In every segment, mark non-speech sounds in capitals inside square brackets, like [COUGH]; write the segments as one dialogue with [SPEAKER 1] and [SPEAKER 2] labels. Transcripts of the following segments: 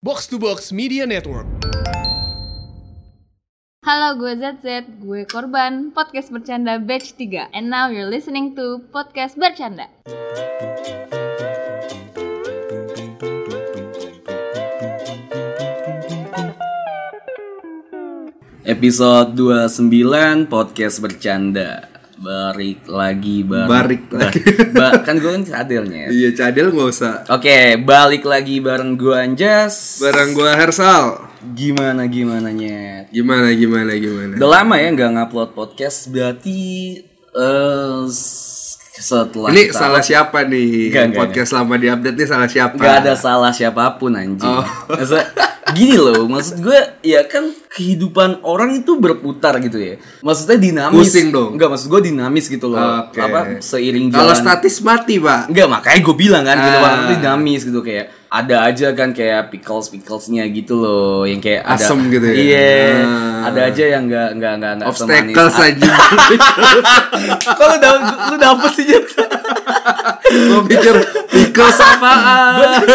[SPEAKER 1] Box to Box Media Network.
[SPEAKER 2] Halo, gue ZZ, gue Korban, podcast bercanda batch 3 And now you're listening to podcast bercanda
[SPEAKER 3] Episode 29 podcast bercanda. Barik lagi barik.
[SPEAKER 4] Barik lagi.
[SPEAKER 3] [LAUGHS] Ba- kan gue kan cadelnya. ya.
[SPEAKER 4] Iya, cadel nggak usah.
[SPEAKER 3] Oke, balik lagi bareng gua Anjas.
[SPEAKER 4] Barang gua Hersal.
[SPEAKER 3] Gimana gimananya?
[SPEAKER 4] Gimana gimana gimana.
[SPEAKER 3] Udah lama ya nggak ngupload podcast berarti eh, s- setelah
[SPEAKER 4] Ini
[SPEAKER 3] kita-
[SPEAKER 4] salah siapa nih?
[SPEAKER 3] Nggak, nggak,
[SPEAKER 4] Podcast lama diupdate nih salah siapa?
[SPEAKER 3] nggak ada salah siapapun anjing.
[SPEAKER 4] Oh.
[SPEAKER 3] Masa- gini loh, maksud gue ya kan kehidupan orang itu berputar gitu ya. Maksudnya dinamis.
[SPEAKER 4] Pusing dong.
[SPEAKER 3] Nggak, maksud gue dinamis gitu loh.
[SPEAKER 4] Oke.
[SPEAKER 3] Apa seiring jalan.
[SPEAKER 4] Kalau statis mati, Pak.
[SPEAKER 3] Enggak, makanya gue bilang kan gitu
[SPEAKER 4] Ah.
[SPEAKER 3] orang tuh dinamis gitu kayak ada aja kan kayak pickles picklesnya gitu loh yang kayak ada
[SPEAKER 4] Asem gitu ya?
[SPEAKER 3] Iya.
[SPEAKER 4] Ah.
[SPEAKER 3] Ada aja yang enggak enggak enggak enggak
[SPEAKER 4] Obstacle
[SPEAKER 3] [LAUGHS]
[SPEAKER 4] saja.
[SPEAKER 3] Kalau dapet lu dapet sih Jet?
[SPEAKER 4] [LAUGHS] Gua pikir pickles
[SPEAKER 3] [LAUGHS] Ah.
[SPEAKER 4] apaan?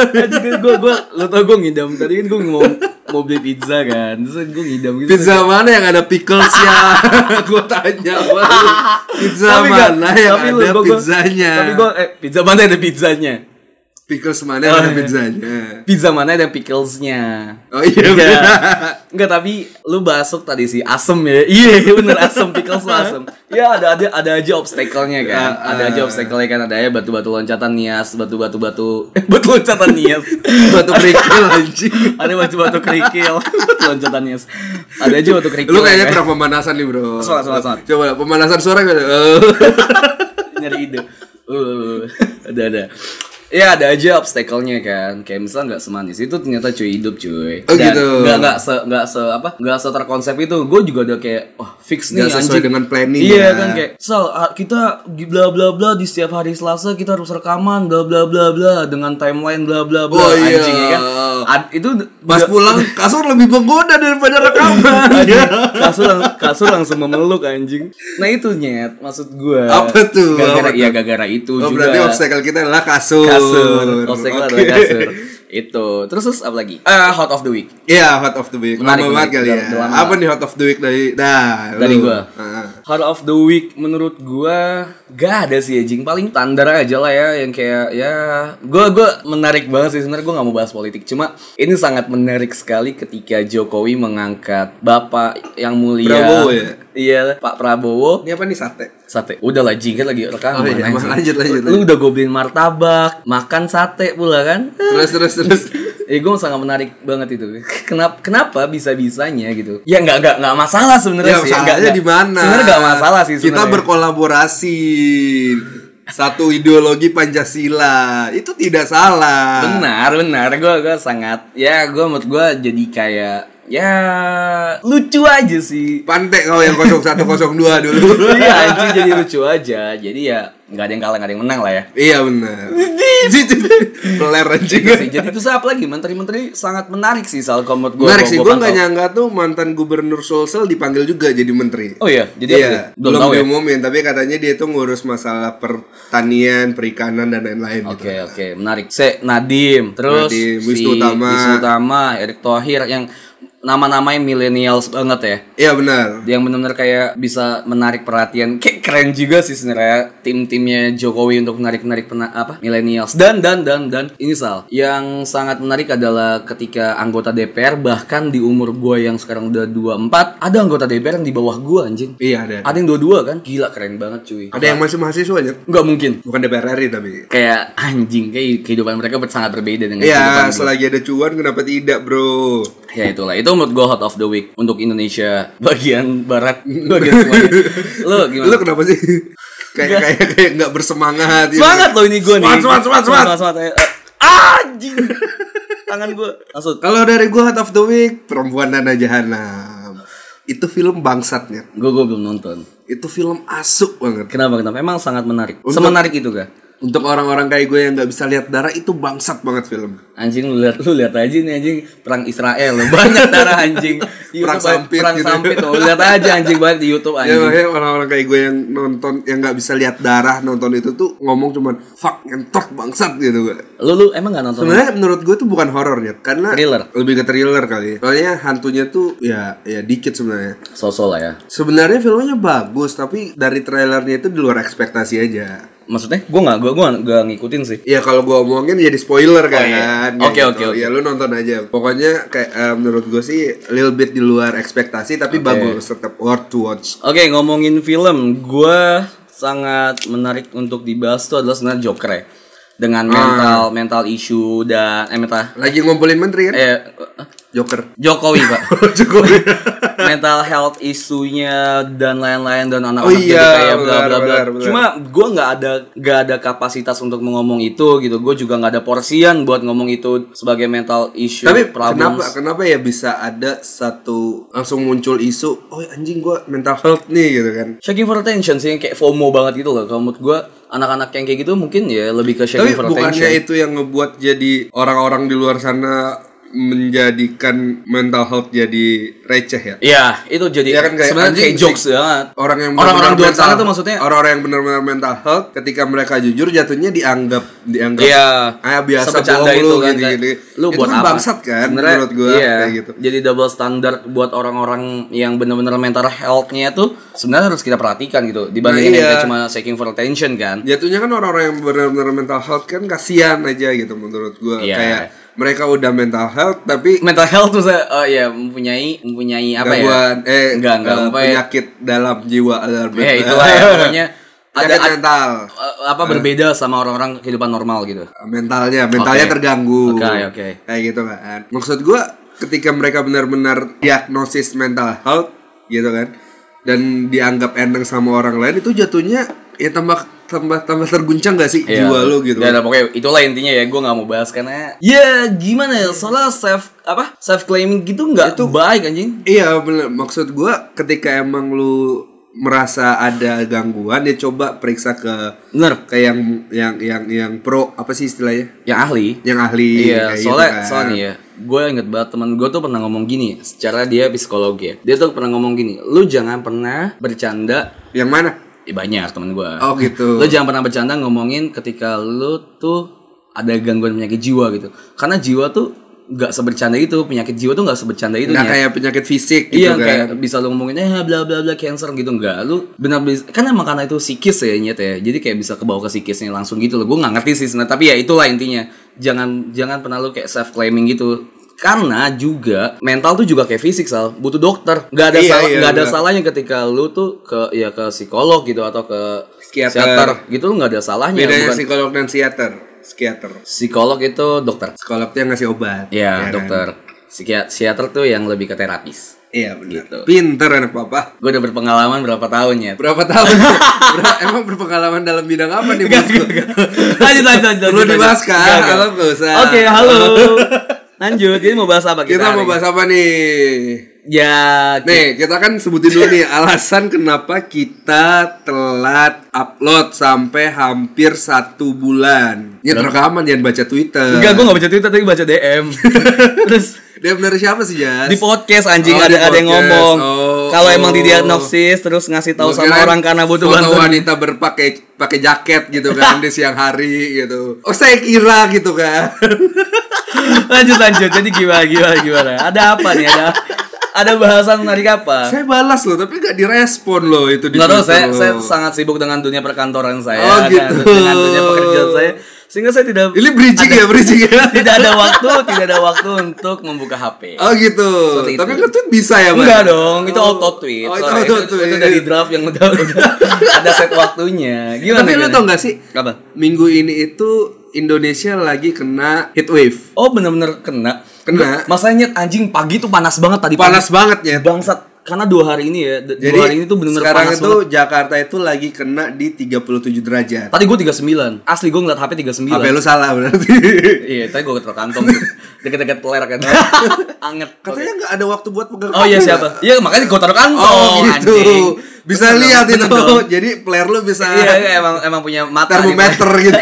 [SPEAKER 3] gue gue lu tau gue ngidam tadi kan gue mau mau beli pizza kan terus gue ngidam gitu
[SPEAKER 4] Pizza mana yang ada
[SPEAKER 3] [LAUGHS]
[SPEAKER 4] picklesnya? gua tanya gua lu, Pizza
[SPEAKER 3] nggak-
[SPEAKER 4] mana yang
[SPEAKER 3] tapi lu-
[SPEAKER 4] ada
[SPEAKER 3] gua- gua-
[SPEAKER 4] pizzanya?
[SPEAKER 3] tapi gue eh pizza mana ada pizzanya
[SPEAKER 4] Pickles mana yang
[SPEAKER 3] Oh,
[SPEAKER 4] ada
[SPEAKER 3] iya.
[SPEAKER 4] pizzanya?
[SPEAKER 3] pizza mana ada picklesnya
[SPEAKER 4] Oh iya,
[SPEAKER 3] Iya.
[SPEAKER 4] bener.
[SPEAKER 3] Enggak tapi lu masuk tadi sih asem ya. Iya bener asem pickles lu asem. Ya ada ada ada aja obstacle-nya kan.
[SPEAKER 4] Ah,
[SPEAKER 3] Ada aja obstacle-nya kan ada ya batu-batu loncatan nias, batu-batu
[SPEAKER 4] [LAUGHS]
[SPEAKER 3] batu batu loncatan nias.
[SPEAKER 4] Batu kerikil [LAUGHS] anjing.
[SPEAKER 3] ada batu-batu kerikil, [LAUGHS] batu loncatan nias. Ada aja batu kerikil.
[SPEAKER 4] Lu
[SPEAKER 3] kan.
[SPEAKER 4] kayaknya kurang pemanasan nih bro
[SPEAKER 3] Semangat, semangat, semangat.
[SPEAKER 4] Coba pemanasan suara gak ada
[SPEAKER 3] Eh. nyari ide. Uh, ada ada. Ya ada aja obstacle-nya kan. Kayak misalnya nggak semanis itu ternyata cuy hidup cuy.
[SPEAKER 4] Oh, gitu.
[SPEAKER 3] Nggak nggak se nggak se apa nggak se terkonsep itu. Gue juga ada kayak wah fix nih
[SPEAKER 4] Nggak sesuai
[SPEAKER 3] anjing.
[SPEAKER 4] dengan planning
[SPEAKER 3] Iya
[SPEAKER 4] ya.
[SPEAKER 3] kan kayak sal ah, kita di bla bla bla di setiap hari Selasa kita harus rekaman bla bla bla bla dengan timeline bla bla bla
[SPEAKER 4] Oh, iya.
[SPEAKER 3] anjing ya kan. Ad- itu
[SPEAKER 4] Pas
[SPEAKER 3] juga-
[SPEAKER 4] pulang kasur lebih menggoda daripada rekaman
[SPEAKER 3] [LAUGHS] Anjing,
[SPEAKER 4] [LAUGHS]
[SPEAKER 3] kasur lang- kasur langsung memeluk anjing. Nah itu nyet maksud gua.
[SPEAKER 4] Apa tuh?
[SPEAKER 3] Gara-gara
[SPEAKER 4] Apa tuh?
[SPEAKER 3] ya gara-gara itu
[SPEAKER 4] Oh
[SPEAKER 3] juga.
[SPEAKER 4] berarti obstacle kita adalah kasur
[SPEAKER 3] kasur. Obstacle
[SPEAKER 4] Oke.
[SPEAKER 3] adalah kasur. Itu. Terus terus apa lagi? Eh, hot of the week.
[SPEAKER 4] [LAUGHS] Iya hot of the week
[SPEAKER 3] Menarik,
[SPEAKER 4] Lama
[SPEAKER 3] menarik.
[SPEAKER 4] banget kali ya
[SPEAKER 3] Udah- udah lama.
[SPEAKER 4] Apa nih hot of the week dari Nah
[SPEAKER 3] Dari
[SPEAKER 4] lu.
[SPEAKER 3] gua.
[SPEAKER 4] Heeh.
[SPEAKER 3] Hot of the week menurut gua gak ada sih anjing paling standar aja lah ya yang kayak ya gua gua menarik banget sih sebenarnya gua nggak mau bahas politik cuma ini sangat menarik sekali ketika Jokowi mengangkat Bapak yang mulia
[SPEAKER 4] Prabowo ya?
[SPEAKER 3] Iya, Pak Prabowo
[SPEAKER 4] Ini apa nih sate?
[SPEAKER 3] sate udah lah jing kan lagi rekaman
[SPEAKER 4] Oh iya,
[SPEAKER 3] anjing.
[SPEAKER 4] lanjut, lanjut,
[SPEAKER 3] lu udah gue beliin martabak makan sate pula kan
[SPEAKER 4] Terus terus terus
[SPEAKER 3] Eh gue sangat menarik banget itu. [LAUGHS] Kenapa kenapa bisa bisanya gitu? Ya nggak nggak nggak masalah sebenarnya sih.
[SPEAKER 4] Ya
[SPEAKER 3] Nggak-
[SPEAKER 4] masalahnya
[SPEAKER 3] nggak-
[SPEAKER 4] di mana?
[SPEAKER 3] Iya, Sebenarnya nggak masalah sih.
[SPEAKER 4] Kita
[SPEAKER 3] sebenarnya.
[SPEAKER 4] berkolaborasi satu ideologi Pancasila itu tidak salah.
[SPEAKER 3] Benar benar. Gue gue sangat ya gue menurut gue jadi kayak ya lucu aja
[SPEAKER 4] [LAUGHS]
[SPEAKER 3] sih.
[SPEAKER 4] Pantek kau yang 0102 dulu.
[SPEAKER 3] [LAUGHS] Iya anjing jadi lucu aja. Jadi ya nggak ada yang kalah nggak ada yang menang lah ya.
[SPEAKER 4] iya benar. Peler anjing.
[SPEAKER 3] Gitu sih. Jadi terus apa lagi menteri-menteri sangat menarik sih soal kalau menurut gue.
[SPEAKER 4] Menarik sih, gue nggak nyangka tuh mantan gubernur Sulsel dipanggil juga jadi menteri.
[SPEAKER 3] Oh iya, jadi apa
[SPEAKER 4] iya,
[SPEAKER 3] sih? belum,
[SPEAKER 4] belum
[SPEAKER 3] tahu ya.
[SPEAKER 4] diumumin, tapi katanya dia tuh ngurus masalah pertanian, perikanan dan lain-lain.
[SPEAKER 3] Oke
[SPEAKER 4] gitu.
[SPEAKER 3] oke menarik. Se Nadim, terus
[SPEAKER 4] Nadim,
[SPEAKER 3] si
[SPEAKER 4] Wisnu Utama.
[SPEAKER 3] Wisnu Utama, Erick Thohir yang nama-namanya millennials banget ya.
[SPEAKER 4] Iya benar.
[SPEAKER 3] Yang benar-benar kayak bisa menarik perhatian. Kayak keren juga sih sebenarnya tim-timnya Jokowi untuk menarik-menarik pena- apa? millennials. Dan dan dan dan ini Sal, yang sangat menarik adalah ketika anggota DPR bahkan di umur gua yang sekarang udah 24, ada anggota DPR yang di bawah gua anjing.
[SPEAKER 4] Iya ada. Ada,
[SPEAKER 3] Ada yang dua-dua kan? Gila keren banget cuy.
[SPEAKER 4] yang masih mahasiswa aja.
[SPEAKER 3] nggak mungkin
[SPEAKER 4] Bukan DPR RI tapi.
[SPEAKER 3] kayak anjing kayak kehidupan mereka ber- sangat berbeda dengan
[SPEAKER 4] Iya,
[SPEAKER 3] kehidupan gua.
[SPEAKER 4] selagi ada cuan kenapa tidak, Bro?
[SPEAKER 3] ya itulah itu menurut gue hot of the week untuk Indonesia [LAUGHS] bagian barat
[SPEAKER 4] [LAUGHS]
[SPEAKER 3] bagian semuanya lo gimana
[SPEAKER 4] Lu kenapa sih? [LAUGHS] kayak kayak kayak nggak bersemangat gitu.
[SPEAKER 3] semangat lo ini gue nih
[SPEAKER 4] Semangat, semangat, semangat, semangat.
[SPEAKER 3] semangat, semangat. Eh, ah,
[SPEAKER 4] [LAUGHS]
[SPEAKER 3] anjing tangan gue langsung
[SPEAKER 4] Kalau dari gua Heart of the Week Perempuan Nana Jahanam Itu film bangsatnya
[SPEAKER 3] gue gue belum nonton
[SPEAKER 4] Itu film asuk banget
[SPEAKER 3] kenapa kenapa emang sangat menarik
[SPEAKER 4] Untuk-
[SPEAKER 3] semenarik itu kah
[SPEAKER 4] Untuk orang-orang kayak gue yang nggak bisa lihat darah itu bangsat banget film.
[SPEAKER 3] Anjing lu lihat lu lihat aja nih anjing perang Israel lu. banyak darah
[SPEAKER 4] [LAUGHS]
[SPEAKER 3] anjing. Di
[SPEAKER 4] Perang
[SPEAKER 3] YouTube,
[SPEAKER 4] sampit
[SPEAKER 3] perang
[SPEAKER 4] gitu.
[SPEAKER 3] sampit tuh. Lu lihat aja anjing banget di YouTube
[SPEAKER 4] Ya
[SPEAKER 3] anjing.
[SPEAKER 4] makanya orang-orang kayak gue yang nonton yang nggak bisa lihat darah nonton itu tuh ngomong cuman fuck ngentot bangsat gitu gue.
[SPEAKER 3] Lu lu emang gak nonton?
[SPEAKER 4] Sebenarnya menurut gue tuh bukan horor ya, karena
[SPEAKER 3] Thriller.
[SPEAKER 4] lebih ke thriller kali. ya. Soalnya hantunya tuh ya ya dikit sebenarnya.
[SPEAKER 3] Sosol lah ya.
[SPEAKER 4] Sebenarnya filmnya bagus, tapi dari trailernya itu di luar ekspektasi aja.
[SPEAKER 3] Maksudnya gua nggak gua gua nggak ngikutin sih.
[SPEAKER 4] Ya kalau gue omongin jadi spoiler kan.
[SPEAKER 3] iya.
[SPEAKER 4] kayak
[SPEAKER 3] Oke, oke, oke.
[SPEAKER 4] Ya lu nonton aja. Pokoknya kayak eh, menurut gue sih little bit di luar ekspektasi tapi bagus tetap worth to watch.
[SPEAKER 3] Oke, ngomongin film, gua sangat menarik untuk dibahas tuh adalah sebenarnya Joker ya.
[SPEAKER 4] Ah.
[SPEAKER 3] Dengan mental mental issue dan eh mental
[SPEAKER 4] Lagi ngumpulin menteri kan?
[SPEAKER 3] eh
[SPEAKER 4] Joker. [LAUGHS]
[SPEAKER 3] Jokowi, Pak.
[SPEAKER 4] Jokowi.
[SPEAKER 3] [LAUGHS] mental health isunya dan lain-lain dan anak-anak
[SPEAKER 4] Oh iya,
[SPEAKER 3] jadi kayak bla
[SPEAKER 4] benar,
[SPEAKER 3] bla bla.
[SPEAKER 4] benar, benar.
[SPEAKER 3] Cuma gue nggak ada nggak ada kapasitas untuk mengomong itu gitu. Gue juga nggak ada porsian buat ngomong itu sebagai mental issue.
[SPEAKER 4] Tapi kenapa
[SPEAKER 3] problems.
[SPEAKER 4] kenapa ya bisa ada satu langsung muncul isu, oh anjing gua mental health nih gitu kan.
[SPEAKER 3] Shaking for attention sih kayak FOMO banget gitu loh. Kalau menurut gue anak-anak yang kayak gitu mungkin ya lebih ke
[SPEAKER 4] Tapi
[SPEAKER 3] shaking for
[SPEAKER 4] bukannya
[SPEAKER 3] attention.
[SPEAKER 4] itu yang ngebuat jadi orang-orang di luar sana menjadikan mental health jadi receh ya?
[SPEAKER 3] Iya, itu jadi
[SPEAKER 4] Iya kan, kayak
[SPEAKER 3] sebenarnya
[SPEAKER 4] anjing
[SPEAKER 3] kayak
[SPEAKER 4] sih.
[SPEAKER 3] jokes banget.
[SPEAKER 4] Orang yang
[SPEAKER 3] Orang-orang
[SPEAKER 4] benar-benar
[SPEAKER 3] di luar sana
[SPEAKER 4] mental-
[SPEAKER 3] tuh maksudnya-
[SPEAKER 4] orang-orang yang benar-benar mental health ketika mereka jujur jatuhnya dianggap dianggap
[SPEAKER 3] Iya.
[SPEAKER 4] ah biasa
[SPEAKER 3] Sebecanda
[SPEAKER 4] bohong lu
[SPEAKER 3] kan,
[SPEAKER 4] gini,
[SPEAKER 3] kayak,
[SPEAKER 4] gini.
[SPEAKER 3] Lu
[SPEAKER 4] Itu
[SPEAKER 3] buat
[SPEAKER 4] kan
[SPEAKER 3] apa?
[SPEAKER 4] bangsat kan,
[SPEAKER 3] Sebenarnya,
[SPEAKER 4] menurut gua,
[SPEAKER 3] iya.
[SPEAKER 4] kayak gitu.
[SPEAKER 3] Jadi double standar buat orang-orang yang benar-benar mental health-nya tuh sebenarnya harus kita perhatikan gitu dibandingin
[SPEAKER 4] Nah,
[SPEAKER 3] yang
[SPEAKER 4] iya.
[SPEAKER 3] kayak cuma seeking for attention kan.
[SPEAKER 4] Jatuhnya kan orang-orang yang benar-benar mental health kan kasihan aja gitu menurut gua
[SPEAKER 3] Iya.
[SPEAKER 4] kayak mereka udah mental health tapi
[SPEAKER 3] Mental health tuh saya oh ya mempunyai mempunyai apa
[SPEAKER 4] gangguan
[SPEAKER 3] ya?
[SPEAKER 4] eh
[SPEAKER 3] enggak enggak
[SPEAKER 4] eh,
[SPEAKER 3] apa ya?
[SPEAKER 4] penyakit dalam jiwa dalam
[SPEAKER 3] Ya itulah ya pokoknya [LAUGHS] ada kan?
[SPEAKER 4] penyakit mental
[SPEAKER 3] a- apa berbeda sama orang-orang kehidupan normal gitu.
[SPEAKER 4] mentalnya mentalnya
[SPEAKER 3] Oke.
[SPEAKER 4] terganggu
[SPEAKER 3] Oke, oke.
[SPEAKER 4] kayak gitu kan maksud gua ketika mereka benar-benar diagnosis mental health gitu kan dan dianggap enteng sama orang lain itu jatuhnya ya tambah tambah tambah terguncang gak sih
[SPEAKER 3] Iya.
[SPEAKER 4] jiwa lo gitu
[SPEAKER 3] Ya, nah, pokoknya itulah intinya ya, gue nggak mau bahas karena ya gimana ya, soalnya self apa self claiming gitu nggak baik anjing.
[SPEAKER 4] Iya bener. Maksud gua ketika emang lu merasa ada gangguan ya coba periksa ke
[SPEAKER 3] Bener.
[SPEAKER 4] ke yang yang yang yang pro apa sih istilahnya?
[SPEAKER 3] Yang Ya ahli.
[SPEAKER 4] Yang ahli.
[SPEAKER 3] Iya,
[SPEAKER 4] kayak
[SPEAKER 3] soalnya
[SPEAKER 4] gitu kan.
[SPEAKER 3] soalnya nih ya, gue inget banget teman gue tuh pernah ngomong gini, secara dia psikolog ya, dia tuh pernah ngomong gini, lu jangan pernah bercanda
[SPEAKER 4] Yang mana?
[SPEAKER 3] Eh, banyak temen gue.
[SPEAKER 4] Oh gitu.
[SPEAKER 3] Lu jangan pernah bercanda ngomongin ketika lu tuh ada gangguan penyakit jiwa gitu, karena jiwa tuh nggak sebercanda itu, penyakit jiwa tuh nggak sebercanda itu.
[SPEAKER 4] Nggak
[SPEAKER 3] Nyet.
[SPEAKER 4] kayak penyakit fisik
[SPEAKER 3] Iya
[SPEAKER 4] gitu kan.
[SPEAKER 3] kayak bisa lu ngomongin eh bla bla bla cancer gitu enggak lu benar benar kan emang karena itu psikis ya nyet ya jadi kayak bisa kebawa ke psikisnya langsung gitu loh gue nggak ngerti sih sebenarnya tapi ya itulah intinya jangan jangan pernah lu kayak self claiming gitu karena juga mental tuh juga kayak fisik sal butuh dokter nggak ada
[SPEAKER 4] Iya,
[SPEAKER 3] salah
[SPEAKER 4] iya,
[SPEAKER 3] nggak ada
[SPEAKER 4] benar.
[SPEAKER 3] salahnya ketika lu tuh ke ya ke psikolog gitu atau ke
[SPEAKER 4] Psikiater.
[SPEAKER 3] gitu lu nggak ada salahnya
[SPEAKER 4] Bedanya
[SPEAKER 3] bukan
[SPEAKER 4] psikolog dan psikiater. Psikiater.
[SPEAKER 3] psikolog itu dokter
[SPEAKER 4] Psikolog tuh yang ngasih obat.
[SPEAKER 3] ya,
[SPEAKER 4] kan?
[SPEAKER 3] dokter Psikia- psikiater tuh yang lebih ke terapis
[SPEAKER 4] Iya benar.
[SPEAKER 3] Gitu.
[SPEAKER 4] Pinter anak papa.
[SPEAKER 3] gue udah berpengalaman berapa tahun ya
[SPEAKER 4] Berapa
[SPEAKER 3] [LAUGHS]
[SPEAKER 4] tahun? Ber- emang berpengalaman dalam bidang apa nih bosku?
[SPEAKER 3] lanjut lanjut lanjut
[SPEAKER 4] Perlu
[SPEAKER 3] lanjut,
[SPEAKER 4] dibahas
[SPEAKER 3] lanjut.
[SPEAKER 4] kan?
[SPEAKER 3] Enggak, enggak.
[SPEAKER 4] Kalau nggak usah.
[SPEAKER 3] oke
[SPEAKER 4] [LAUGHS]
[SPEAKER 3] halo lanjut ini mau bahas apa kita,
[SPEAKER 4] Kita mau
[SPEAKER 3] hari
[SPEAKER 4] bahas apa nih?
[SPEAKER 3] ini? ya ki-
[SPEAKER 4] Nih, kita kan sebutin dulu nih alasan kenapa kita telat upload sampai hampir satu bulan. Ya terekaman jangan baca Twitter.
[SPEAKER 3] enggak gue nggak baca twitter tapi baca
[SPEAKER 4] [LAUGHS]
[SPEAKER 3] dm terus
[SPEAKER 4] Dia benar siapa sih, Jas?
[SPEAKER 3] di podcast anjing
[SPEAKER 4] Oh,
[SPEAKER 3] ada
[SPEAKER 4] di
[SPEAKER 3] ada yang
[SPEAKER 4] podcast.
[SPEAKER 3] ngomong
[SPEAKER 4] Oh,
[SPEAKER 3] kalau
[SPEAKER 4] oh.
[SPEAKER 3] emang didiagnosis terus ngasih tahu
[SPEAKER 4] Gua
[SPEAKER 3] sama
[SPEAKER 4] kirain
[SPEAKER 3] orang karena butuh
[SPEAKER 4] foto
[SPEAKER 3] bantuan
[SPEAKER 4] wanita berpakai pakai jaket gitu kan di siang hari gitu. Oh, saya kira gitu kan.
[SPEAKER 3] [LAUGHS] Iya. lanjut lanjut jadi gimana gimana gimana ada apa nih ada ada bahasan menarik apa
[SPEAKER 4] saya balas loh, tapi gak direspon loh itu di
[SPEAKER 3] Nggak tahu, saya,
[SPEAKER 4] Twitter
[SPEAKER 3] saya
[SPEAKER 4] loh.
[SPEAKER 3] sangat sibuk dengan dunia perkantoran saya
[SPEAKER 4] Oh,
[SPEAKER 3] dan
[SPEAKER 4] gitu.
[SPEAKER 3] Dengan dunia pekerjaan saya Sehingga saya tidak
[SPEAKER 4] Ini bridging ya, bridging ya.
[SPEAKER 3] tidak ada waktu tidak ada waktu untuk membuka HP
[SPEAKER 4] Oh gitu.
[SPEAKER 3] Seperti itu.
[SPEAKER 4] Tapi nge-tweet bisa ya, Bang?
[SPEAKER 3] enggak dong itu
[SPEAKER 4] Oh.
[SPEAKER 3] auto tweet
[SPEAKER 4] Oh, itu
[SPEAKER 3] Sorry,
[SPEAKER 4] auto
[SPEAKER 3] itu,
[SPEAKER 4] tweet.
[SPEAKER 3] itu dari draft yang udah, udah ada set waktunya gimana
[SPEAKER 4] Tapi lu
[SPEAKER 3] gimana?
[SPEAKER 4] tau gak sih?
[SPEAKER 3] Apa?
[SPEAKER 4] Minggu ini itu Indonesia lagi kena heat wave.
[SPEAKER 3] oh bener-bener kena
[SPEAKER 4] Kena.
[SPEAKER 3] masanya anjing pagi tuh panas banget tadi
[SPEAKER 4] Panas banget ya.
[SPEAKER 3] bangsat karena dua hari ini ya d-
[SPEAKER 4] Jadi
[SPEAKER 3] dua hari ini tuh bener-bener
[SPEAKER 4] sekarang
[SPEAKER 3] panas
[SPEAKER 4] itu
[SPEAKER 3] banget
[SPEAKER 4] Jakarta itu lagi kena di 37 derajat.
[SPEAKER 3] tadi gue 39 asli gue ngeliat HP 39
[SPEAKER 4] Apa lu salah berarti?
[SPEAKER 3] [LAUGHS] iya tadi gue ketok kantong deket-deket lerak
[SPEAKER 4] [LAUGHS]
[SPEAKER 3] kan anget
[SPEAKER 4] Katanya nggak ada waktu buat pegang.
[SPEAKER 3] Oh iya
[SPEAKER 4] HP.
[SPEAKER 3] siapa? Iya makanya gue taruh kantong
[SPEAKER 4] Oh, gitu.
[SPEAKER 3] anjing.
[SPEAKER 4] bisa lihat itu jadi player lu bisa [LAUGHS]
[SPEAKER 3] Iya, iya, emang emang punya mata gitu.
[SPEAKER 4] termometer gitu
[SPEAKER 3] [LAUGHS]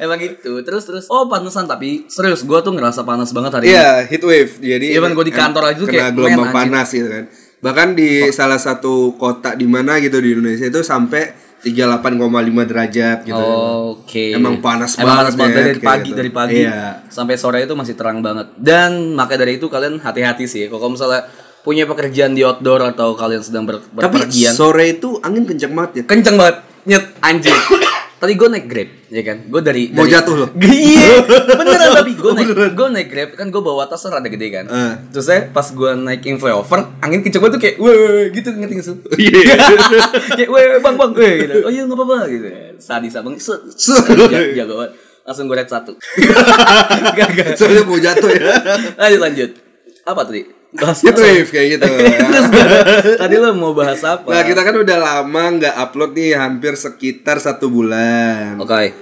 [SPEAKER 3] Emang gitu. Terus terus. Oh, panasan tapi serius gua tuh ngerasa panas banget hari ini.
[SPEAKER 4] Iya, heat wave. Jadi kan
[SPEAKER 3] Even gua di kantor aja tuh
[SPEAKER 4] kena
[SPEAKER 3] kayak,
[SPEAKER 4] gelombang
[SPEAKER 3] men, anjing.
[SPEAKER 4] panas gitu kan. Bahkan di salah satu kota di mana gitu di Indonesia itu sampai 38,5 derajat gitu.
[SPEAKER 3] Oke.
[SPEAKER 4] Emang panas
[SPEAKER 3] Emang panas
[SPEAKER 4] banget,
[SPEAKER 3] banget
[SPEAKER 4] ya,
[SPEAKER 3] dari
[SPEAKER 4] kayak
[SPEAKER 3] pagi
[SPEAKER 4] gitu.
[SPEAKER 3] dari pagi
[SPEAKER 4] Iya.
[SPEAKER 3] sampai sore itu masih terang banget. Dan maka dari itu kalian hati-hati sih. Kalau misalnya punya pekerjaan di outdoor atau kalian sedang ber
[SPEAKER 4] Tapi
[SPEAKER 3] berpergian,
[SPEAKER 4] sore itu angin kencang banget ya.
[SPEAKER 3] kenceng banget nyet anjing. Tadi gue naik Grab, ya kan? Gue dari
[SPEAKER 4] Mau
[SPEAKER 3] dari-
[SPEAKER 4] jatuh lo.
[SPEAKER 3] [LAUGHS] Iya, beneran tapi gue naik gue naik Grab kan gue bawa tas rada gede kan.
[SPEAKER 4] Eh.
[SPEAKER 3] Terus saya pas gue naik in flyover, angin kenceng banget tuh kayak weh gitu ngerti nggak sih?
[SPEAKER 4] [LAUGHS] Iya.
[SPEAKER 3] [LAUGHS] kayak weh weh, bang bang weh gitu. Oh iya nggak apa-apa gitu. Sadis abang set
[SPEAKER 4] Set.
[SPEAKER 3] Ja- jago banget. Langsung gue red
[SPEAKER 4] [LAUGHS]
[SPEAKER 3] satu. Gak gak.
[SPEAKER 4] Soalnya mau jatuh
[SPEAKER 3] [LAUGHS]
[SPEAKER 4] ya.
[SPEAKER 3] Lanjut lanjut. Apa tadi? Bahas
[SPEAKER 4] Heat
[SPEAKER 3] apa?
[SPEAKER 4] wave kayak gitu.
[SPEAKER 3] [LAUGHS] Terus
[SPEAKER 4] [LAUGHS]
[SPEAKER 3] tadi lo mau bahas apa?
[SPEAKER 4] Nah kita kan udah lama nggak upload nih hampir sekitar satu bulan.
[SPEAKER 3] Oke.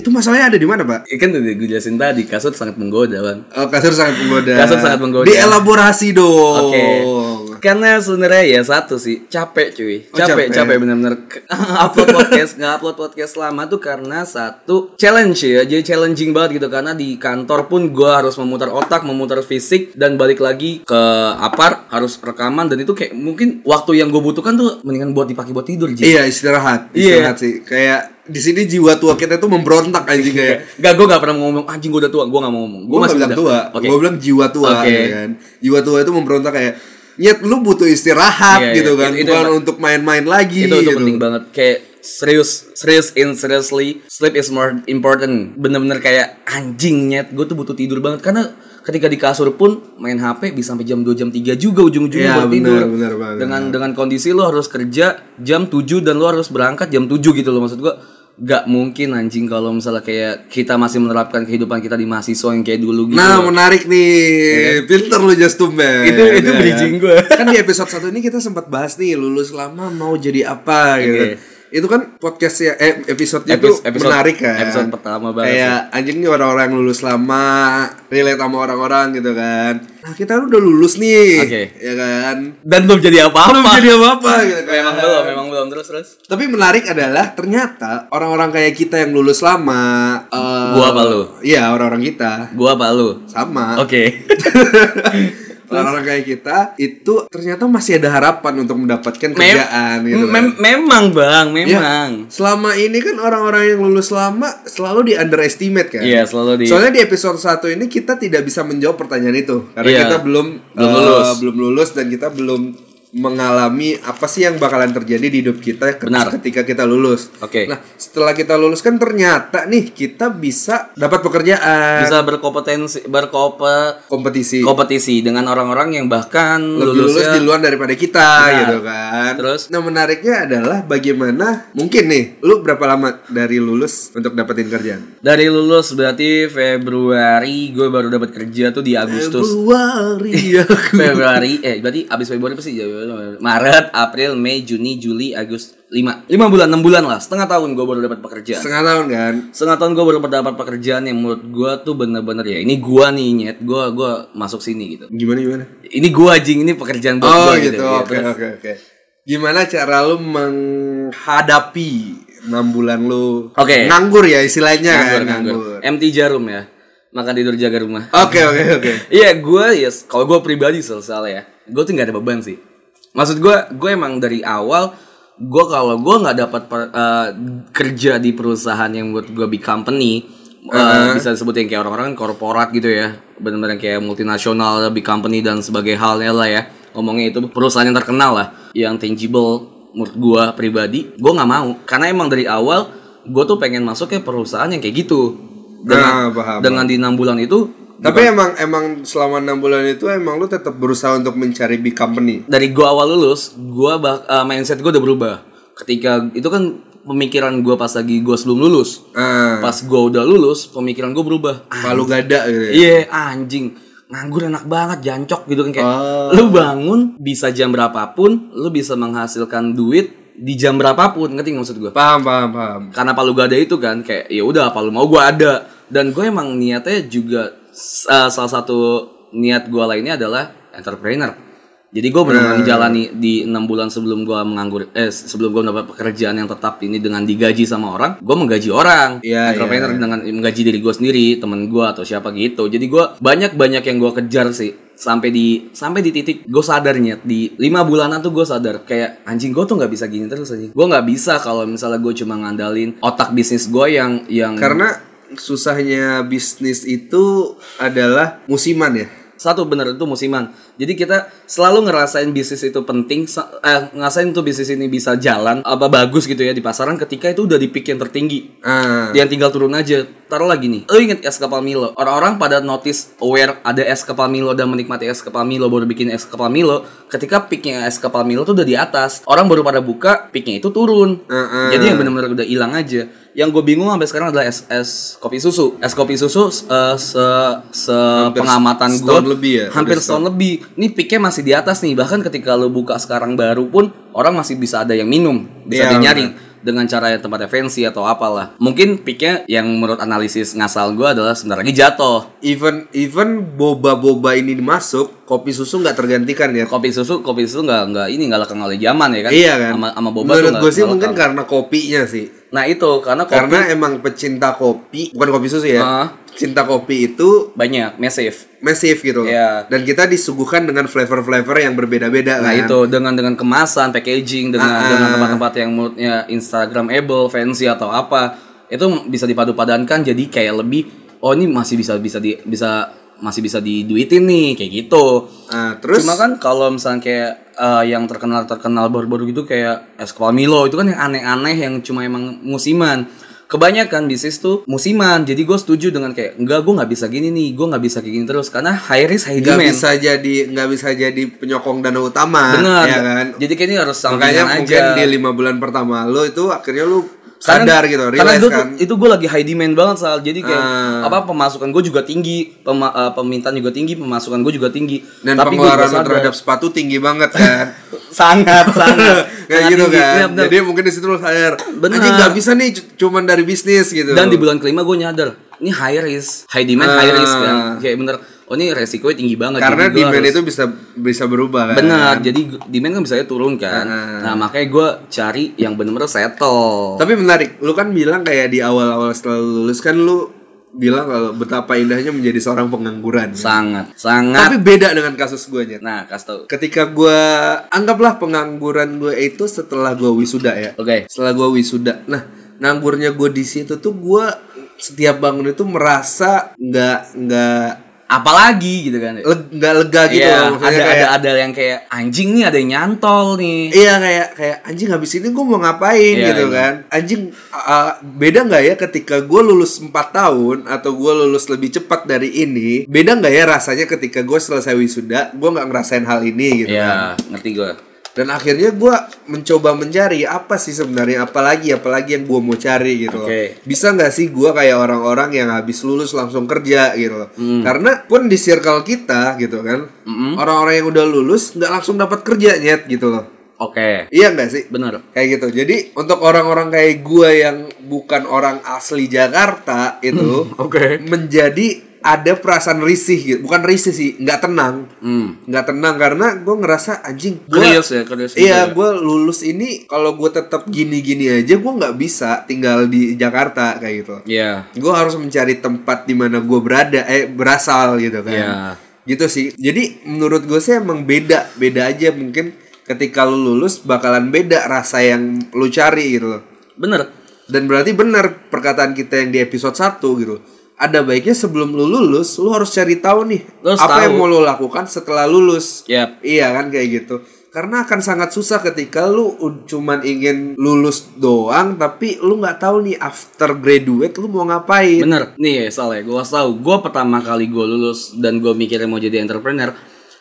[SPEAKER 4] Itu masalahnya ada di mana pak?
[SPEAKER 3] Ya kan udah gue jelasin tadi kasut sangat menggoda kan
[SPEAKER 4] Oh, kasur sangat menggoda.
[SPEAKER 3] Kasur sangat menggoda.
[SPEAKER 4] Dielaborasi dong.
[SPEAKER 3] oke Oh. karena sebenarnya ya satu sih capek cuy
[SPEAKER 4] Oh, capek.
[SPEAKER 3] capek capek benar-benar Ke- [LAUGHS] upload podcast nggak upload podcast lama tuh karena satu challenge ya jadi challenging banget gitu karena di kantor pun gue harus memutar otak memutar fisik dan balik lagi ke apart harus rekaman dan itu kayak mungkin waktu yang gue butuhkan tuh mendingan buat dipakai buat tidur Ji.
[SPEAKER 4] Iya istirahat, istirahat sih. Kayak di sini jiwa tua kita tuh memberontak anjing kayak.
[SPEAKER 3] Gak, gue gak pernah mau ngomong anjing gue udah tua, gue gak mau ngomong. Gue
[SPEAKER 4] Gue
[SPEAKER 3] Iya. masih
[SPEAKER 4] bilang
[SPEAKER 3] muda.
[SPEAKER 4] tua,
[SPEAKER 3] Oke.
[SPEAKER 4] gue bilang jiwa tua
[SPEAKER 3] Oke.
[SPEAKER 4] gitu kan. Jiwa tua itu memberontak kayak nyet lu butuh istirahat
[SPEAKER 3] Iya,
[SPEAKER 4] gitu
[SPEAKER 3] iya.
[SPEAKER 4] kan.
[SPEAKER 3] Itu- itu
[SPEAKER 4] Bukan
[SPEAKER 3] yang-
[SPEAKER 4] untuk main-main lagi
[SPEAKER 3] itu itu
[SPEAKER 4] gitu.
[SPEAKER 3] penting banget kayak serius serius in seriously sleep is more important bener-bener kayak anjing nyet gue tuh butuh tidur banget karena ketika di kasur pun main HP bisa sampai jam 2 jam 3 juga ujung-ujungnya
[SPEAKER 4] Iya,
[SPEAKER 3] baru
[SPEAKER 4] bener,
[SPEAKER 3] tidur
[SPEAKER 4] bener banget.
[SPEAKER 3] dengan dengan kondisi lo harus kerja jam 7 dan lo harus berangkat jam 7 gitu loh maksud gua gak mungkin anjing kalau misalnya kayak kita masih menerapkan kehidupan kita di mahasiswa yang kayak dulu gitu
[SPEAKER 4] Nah,
[SPEAKER 3] loh.
[SPEAKER 4] menarik nih. Pinter lu Justin Bieber.
[SPEAKER 3] Iya kan? Itu- itu
[SPEAKER 4] Ya kan?
[SPEAKER 3] bridging gua. [LAUGHS]
[SPEAKER 4] Kan di episode satu ini kita sempat bahas nih lulus lama mau jadi apa gitu.
[SPEAKER 3] Oke.
[SPEAKER 4] Itu kan podcast ya eh, episodenya
[SPEAKER 3] Iya. Epis-
[SPEAKER 4] tuh
[SPEAKER 3] episode-
[SPEAKER 4] menarik kan.
[SPEAKER 3] episode pertama banget
[SPEAKER 4] Kayak anjing nih orang-orang yang lulus lama, relate sama orang-orang gitu kan. Nah, kita udah lulus nih.
[SPEAKER 3] Oke.
[SPEAKER 4] Ya kan.
[SPEAKER 3] dan belum jadi apa-apa
[SPEAKER 4] Belum jadi apa-apa gitu kan.
[SPEAKER 3] [LAUGHS] memang belum memang belum terus terus
[SPEAKER 4] Tapi menarik adalah ternyata orang-orang kayak kita yang lulus lama eh,
[SPEAKER 3] Gua apa lu?
[SPEAKER 4] Iya, orang-orang kita
[SPEAKER 3] gua apa lu
[SPEAKER 4] sama.
[SPEAKER 3] oke [LAUGHS]
[SPEAKER 4] orang kayak kita itu ternyata masih ada harapan untuk mendapatkan
[SPEAKER 3] Mem-
[SPEAKER 4] kerjaan gitu. kan.
[SPEAKER 3] mem- memang bang,
[SPEAKER 4] Ya,
[SPEAKER 3] memang.
[SPEAKER 4] selama ini kan orang-orang yang lulus lama selalu di underestimate kan.
[SPEAKER 3] Iya, selalu di-
[SPEAKER 4] Soalnya di episode 1 ini kita tidak bisa menjawab pertanyaan itu karena
[SPEAKER 3] Iya.
[SPEAKER 4] kita belum
[SPEAKER 3] Belum
[SPEAKER 4] eh,
[SPEAKER 3] lulus.
[SPEAKER 4] belum lulus dan kita belum mengalami apa sih yang bakalan terjadi di hidup kita ke-
[SPEAKER 3] Benar.
[SPEAKER 4] ketika kita lulus.
[SPEAKER 3] Oke.
[SPEAKER 4] Nah, setelah kita lulus kan ternyata nih kita bisa dapat pekerjaan,
[SPEAKER 3] Bisa berkompetensi, berkope
[SPEAKER 4] kan kompetisi.
[SPEAKER 3] kompetisi dengan orang-orang yang bahkan
[SPEAKER 4] lebih lulus
[SPEAKER 3] lulusnya
[SPEAKER 4] di luar daripada kita
[SPEAKER 3] Benar.
[SPEAKER 4] gitu kan.
[SPEAKER 3] Terus?
[SPEAKER 4] nah menariknya adalah bagaimana mungkin nih lu berapa lama dari lulus untuk dapetin kerjaan?
[SPEAKER 3] dari lulus berarti Februari gue baru dapat kerja tuh di Agustus. [LAUGHS] Iya.
[SPEAKER 4] Februari iya. aku.
[SPEAKER 3] Februari eh berarti abis Februari pasti Maret, April, Mei, Juni, Juli, Agustus 5. 5 bulan, 6 bulan lah. Setengah tahun gue baru dapat pekerjaan.
[SPEAKER 4] Setengah tahun kan.
[SPEAKER 3] setengah tahun gue baru mendapat pekerjaan yang menurut gue tuh bener-bener ya ini gue nih nyet gue gue masuk sini gitu
[SPEAKER 4] Gimana gimana?
[SPEAKER 3] ini gue anjing ini pekerjaan buat gua
[SPEAKER 4] Oh gitu.
[SPEAKER 3] ya.
[SPEAKER 4] Oke
[SPEAKER 3] Terus-
[SPEAKER 4] oke oke. Gimana cara lu menghadapi 6 bulan lu
[SPEAKER 3] Oke.
[SPEAKER 4] nganggur ya istilahnya
[SPEAKER 3] nganggur,
[SPEAKER 4] kan
[SPEAKER 3] nganggur. MT jarum ya makan tidur jaga rumah
[SPEAKER 4] Oke oke oke.
[SPEAKER 3] iya gue yes kalau gue pribadi soal ya gue tuh nggak ada beban sih maksud gue gue emang dari awal gue kalau gue nggak dapat per- eh, kerja di perusahaan yang buat gue big company eh,
[SPEAKER 4] Uh-huh.
[SPEAKER 3] bisa disebut yang kayak orang-orang korporat gitu ya benar-benar kayak multinasional big company dan sebagai halnya lah ya ngomongnya itu perusahaan yang terkenal lah yang tangible menurut gue pribadi gue nggak mau karena emang dari awal gue tuh pengen masuk ke perusahaan yang kayak gitu dengan
[SPEAKER 4] Nah, paham.
[SPEAKER 3] dengan di enam bulan itu
[SPEAKER 4] Tapi emang emang selama enam bulan itu emang lu tetap berusaha untuk mencari big company.
[SPEAKER 3] dari gua awal lulus, gua bak- eh, mindset gua udah berubah. Ketika itu kan pemikiran gua pas lagi gua sebelum lulus.
[SPEAKER 4] Ah,
[SPEAKER 3] Pas gua udah lulus, pemikiran gua berubah.
[SPEAKER 4] Palu gada gitu. ya.
[SPEAKER 3] Iya, anjing. Nganggur enak banget, jancok gitu kan kayak. Lu bangun bisa jam berapapun, lu bisa menghasilkan duit di jam berapapun, ngerti nggak maksud gua?
[SPEAKER 4] Paham, paham, paham.
[SPEAKER 3] karena palu gak ada itu kan kayak ya udah palu mau gue ada dan gue emang niatnya juga s- eh, salah satu niat gue lainnya adalah entrepreneur Jadi gue benar
[SPEAKER 4] Hmm.
[SPEAKER 3] menjalani di enam bulan sebelum gue menganggur, eh sebelum gue mendapat pekerjaan yang tetap ini dengan digaji sama orang, gue menggaji orang,
[SPEAKER 4] Iya,
[SPEAKER 3] entrepreneur dengan menggaji diri gue sendiri, temen gue atau siapa gitu. Jadi gue banyak banyak yang gue kejar sih sampai di sampai di titik gue sadarnya di lima bulanan tuh gue sadar kayak anjing gue tuh nggak bisa gini terus anjing gue nggak bisa kalau misalnya gue cuma ngandalin otak bisnis gue yang yang
[SPEAKER 4] Karena susahnya bisnis itu adalah musiman ya.
[SPEAKER 3] satu bener itu musiman jadi kita selalu ngerasain bisnis itu penting sa- eh, ngerasain tuh bisnis ini bisa jalan apa bagus gitu ya di pasaran ketika itu udah di peak yang tertinggi
[SPEAKER 4] Ah,
[SPEAKER 3] dia tinggal turun aja taruh lagi nih lo inget es kepal Milo orang-orang pada notice aware ada es kepal Milo dan menikmati es kepal Milo baru bikin es kepal Milo ketika peaknya es kepal Milo tuh udah di atas orang baru pada buka peaknya itu turun
[SPEAKER 4] Heeh.
[SPEAKER 3] jadi yang benar-benar udah hilang aja yang gue bingung sampai sekarang adalah es es kopi susu es kopi susu eh, se se pengamatan gue
[SPEAKER 4] setahun lebih ya?
[SPEAKER 3] hampir
[SPEAKER 4] Udah
[SPEAKER 3] setahun lebih ini peaknya masih di atas nih bahkan ketika lo buka sekarang baru pun orang masih bisa ada yang minum bisa
[SPEAKER 4] Iya,
[SPEAKER 3] ada yang nyari dengan cara yang tempatnya fancy atau apalah. Mungkin picknya yang menurut analisis ngasal gue adalah sebentar lagi jatuh.
[SPEAKER 4] even even boba-boba ini dimasuk, kopi susu nggak tergantikan ya.
[SPEAKER 3] Kopi susu, kopi susu nggak nggak ini nggak lekang oleh zaman ya kan?
[SPEAKER 4] Iya kan?
[SPEAKER 3] Sama sama boba tuh
[SPEAKER 4] Menurut
[SPEAKER 3] nggak-
[SPEAKER 4] gue sih
[SPEAKER 3] nggak
[SPEAKER 4] mungkin
[SPEAKER 3] lekang.
[SPEAKER 4] karena kopinya sih.
[SPEAKER 3] Nah itu karena kopi
[SPEAKER 4] Karena emang pecinta kopi, bukan kopi susu ya.
[SPEAKER 3] Ah.
[SPEAKER 4] Cinta kopi itu
[SPEAKER 3] banyak masif.
[SPEAKER 4] masif gitu loh.
[SPEAKER 3] Iya.
[SPEAKER 4] Dan kita disuguhkan dengan flavor-flavor yang berbeda-beda
[SPEAKER 3] Nah
[SPEAKER 4] kan. Ah,
[SPEAKER 3] itu dengan dengan kemasan, packaging, dengan dengan tempat-tempat yang menurutnya Instagramable, fancy atau apa itu bisa dipadu-padankan jadi kayak lebih oh ini masih bisa bisa di bisa masih bisa diduitin nih kayak gitu.
[SPEAKER 4] Ah, terus
[SPEAKER 3] Cuma kan kalau misalnya kayak eh, yang terkenal terkenal baru-baru gitu kayak es kepal Milo itu kan yang aneh-aneh yang cuma emang musiman. Kebanyakan bisnis tuh musiman. Jadi gue setuju dengan kayak enggak gue nggak bisa gini nih, gue nggak bisa kayak gini terus karena high risk high
[SPEAKER 4] nggak
[SPEAKER 3] demand.
[SPEAKER 4] bisa jadi nggak bisa jadi penyokong dana utama
[SPEAKER 3] Bener.
[SPEAKER 4] ya kan
[SPEAKER 3] Jadi kayaknya harus
[SPEAKER 4] makanya
[SPEAKER 3] sampingan
[SPEAKER 4] mungkin
[SPEAKER 3] aja.
[SPEAKER 4] di lima bulan pertama lo itu akhirnya lo
[SPEAKER 3] Karena- kan
[SPEAKER 4] sadar gitu
[SPEAKER 3] karena
[SPEAKER 4] realize
[SPEAKER 3] gua
[SPEAKER 4] kan
[SPEAKER 3] tuh- itu gue lagi high demand banget soal jadi kayak
[SPEAKER 4] Ah.
[SPEAKER 3] apa pemasukan gue juga tinggi pema- eh, permintaan juga tinggi pemasukan gue juga tinggi
[SPEAKER 4] dan
[SPEAKER 3] tapi gue
[SPEAKER 4] pengeluaran lo terhadap sepatu tinggi banget
[SPEAKER 3] [LAUGHS]
[SPEAKER 4] kan [LAUGHS]
[SPEAKER 3] sangat sangat sangat
[SPEAKER 4] kayak gitu
[SPEAKER 3] tinggi.
[SPEAKER 4] kan
[SPEAKER 3] Iya, bener.
[SPEAKER 4] jadi mungkin di situ lo sadar
[SPEAKER 3] Bener.
[SPEAKER 4] anjing nggak bisa nih c- cuman dari bisnis gitu
[SPEAKER 3] Dan di bulan kelima gue nyadar, ini high risk, high demand, high
[SPEAKER 4] Ah.
[SPEAKER 3] risk kan. Kayak bener, oh ini resikonya tinggi banget.
[SPEAKER 4] karena
[SPEAKER 3] jadi gua
[SPEAKER 4] demand
[SPEAKER 3] harus-
[SPEAKER 4] itu bisa bisa berubah kan
[SPEAKER 3] bener, jadi gu- demand kan bisa aja turun kan.
[SPEAKER 4] Ah.
[SPEAKER 3] Nah makanya gue cari yang bener-bener settle.
[SPEAKER 4] Tapi menarik, lu kan bilang kayak di awal-awal setelah lu lulus kan lu bilang kalau betapa indahnya menjadi seorang pengangguran.
[SPEAKER 3] Sangat, sangat.
[SPEAKER 4] Tapi beda dengan kasus gue nyet.
[SPEAKER 3] Nah kasih tau.
[SPEAKER 4] Ketika gue anggaplah pengangguran gue itu setelah gue wisuda ya.
[SPEAKER 3] Oke.
[SPEAKER 4] Setelah gue wisuda. Nah, nganggurnya gue di situ tuh gue setiap bangun itu merasa nggak nggak
[SPEAKER 3] Apalagi gitu kan.
[SPEAKER 4] leg- nggak lega gitu
[SPEAKER 3] Iya,
[SPEAKER 4] loh.
[SPEAKER 3] ada
[SPEAKER 4] Maksudnya kayak-
[SPEAKER 3] ada ada yang kayak anjing nih, ada yang nyantol nih.
[SPEAKER 4] Iya kayak kayak anjing habis ini gue mau ngapain
[SPEAKER 3] Iya,
[SPEAKER 4] gitu
[SPEAKER 3] iya.
[SPEAKER 4] kan. Anjing uh, beda nggak ya ketika gue lulus 4 tahun atau gue lulus lebih cepat dari ini. Beda nggak ya rasanya ketika gue selesai wisuda gue nggak ngerasain hal ini gitu
[SPEAKER 3] Iya,
[SPEAKER 4] kan.
[SPEAKER 3] ngerti gue.
[SPEAKER 4] Dan akhirnya gue mencoba mencari apa sih sebenarnya apalagi apalagi yang gue mau cari gitu. loh.
[SPEAKER 3] Oke.
[SPEAKER 4] Bisa nggak sih gue kayak orang-orang yang habis lulus langsung kerja gitu loh. Karena pun di circle kita gitu kan. Orang-orang yang udah lulus nggak langsung dapat kerja nyet gitu loh.
[SPEAKER 3] Oke,
[SPEAKER 4] Iya nggak sih?
[SPEAKER 3] bener.
[SPEAKER 4] kayak gitu jadi untuk orang-orang kayak gue yang bukan orang asli Jakarta itu
[SPEAKER 3] Hmm, Oke.
[SPEAKER 4] menjadi ada perasaan risih gitu bukan risih sih nggak tenang
[SPEAKER 3] Hmm.
[SPEAKER 4] nggak tenang karena gue ngerasa anjing gua-
[SPEAKER 3] Curious ya, curious gitu
[SPEAKER 4] iya
[SPEAKER 3] ya.
[SPEAKER 4] gue lulus ini kalau gue tetap gini-gini aja gue nggak bisa tinggal di Jakarta kayak gitu
[SPEAKER 3] Iya.
[SPEAKER 4] gue harus mencari tempat di mana gue berada eh berasal gitu kan
[SPEAKER 3] Iya.
[SPEAKER 4] gitu sih jadi menurut gue sih emang beda beda aja mungkin ketika lu lulus bakalan beda rasa yang lu cari gitu loh
[SPEAKER 3] Bener.
[SPEAKER 4] dan berarti benar perkataan kita yang di episode 1 gitu ada baiknya sebelum lu lulus lu harus cari tahu nih
[SPEAKER 3] Lu harus
[SPEAKER 4] apa
[SPEAKER 3] tahu.
[SPEAKER 4] yang mau lu lakukan setelah lulus
[SPEAKER 3] Yap.
[SPEAKER 4] Iya kan kayak gitu. Karena akan sangat susah ketika lu u- cuman ingin lulus doang tapi lu nggak tahu nih after graduate lu mau ngapain.
[SPEAKER 3] Bener. Nih ya, soalnya gue kasih tahu, gue pertama kali gue lulus dan gue mikirnya mau jadi entrepreneur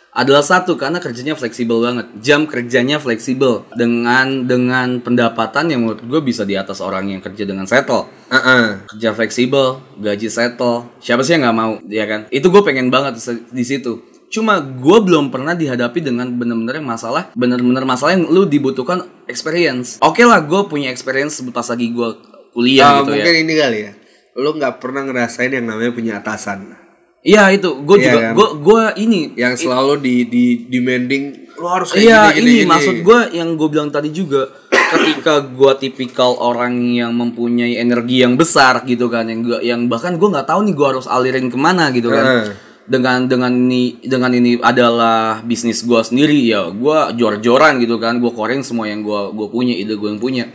[SPEAKER 3] adalah satu karena kerjanya fleksibel banget, jam kerjanya fleksibel dengan dengan pendapatan yang menurut gue bisa di atas orang yang kerja dengan settle
[SPEAKER 4] Heeh.
[SPEAKER 3] kerja fleksibel, gaji settle. Siapa sih yang nggak mau, ya kan? Itu gue pengen banget se- di situ. Cuma gue belum pernah dihadapi dengan bener-bener yang masalah, bener-bener masalah yang lu dibutuhkan experience. Oke lah, gue punya experience pas lagi gue kuliah
[SPEAKER 4] Ah,
[SPEAKER 3] gitu ya.
[SPEAKER 4] mungkin ini kali ya. Lu nggak pernah ngerasain yang namanya punya atasan.
[SPEAKER 3] Iya itu, gue
[SPEAKER 4] Iya
[SPEAKER 3] juga,
[SPEAKER 4] kan?
[SPEAKER 3] gue gue ini
[SPEAKER 4] Yang selalu di di demanding lo harus kayak
[SPEAKER 3] Iya
[SPEAKER 4] gini, gini,
[SPEAKER 3] ini
[SPEAKER 4] gini.
[SPEAKER 3] maksud gue yang gue bilang tadi juga ketika gue tipikal orang yang mempunyai energi yang besar gitu kan yang gua, yang bahkan gue nggak tahu nih gue harus alirin kemana gitu kan
[SPEAKER 4] Heeh.
[SPEAKER 3] dengan dengan ini dengan ini adalah bisnis gue sendiri ya gue jor-joran gitu kan gue koreng semua yang gue gue punya ide gue yang punya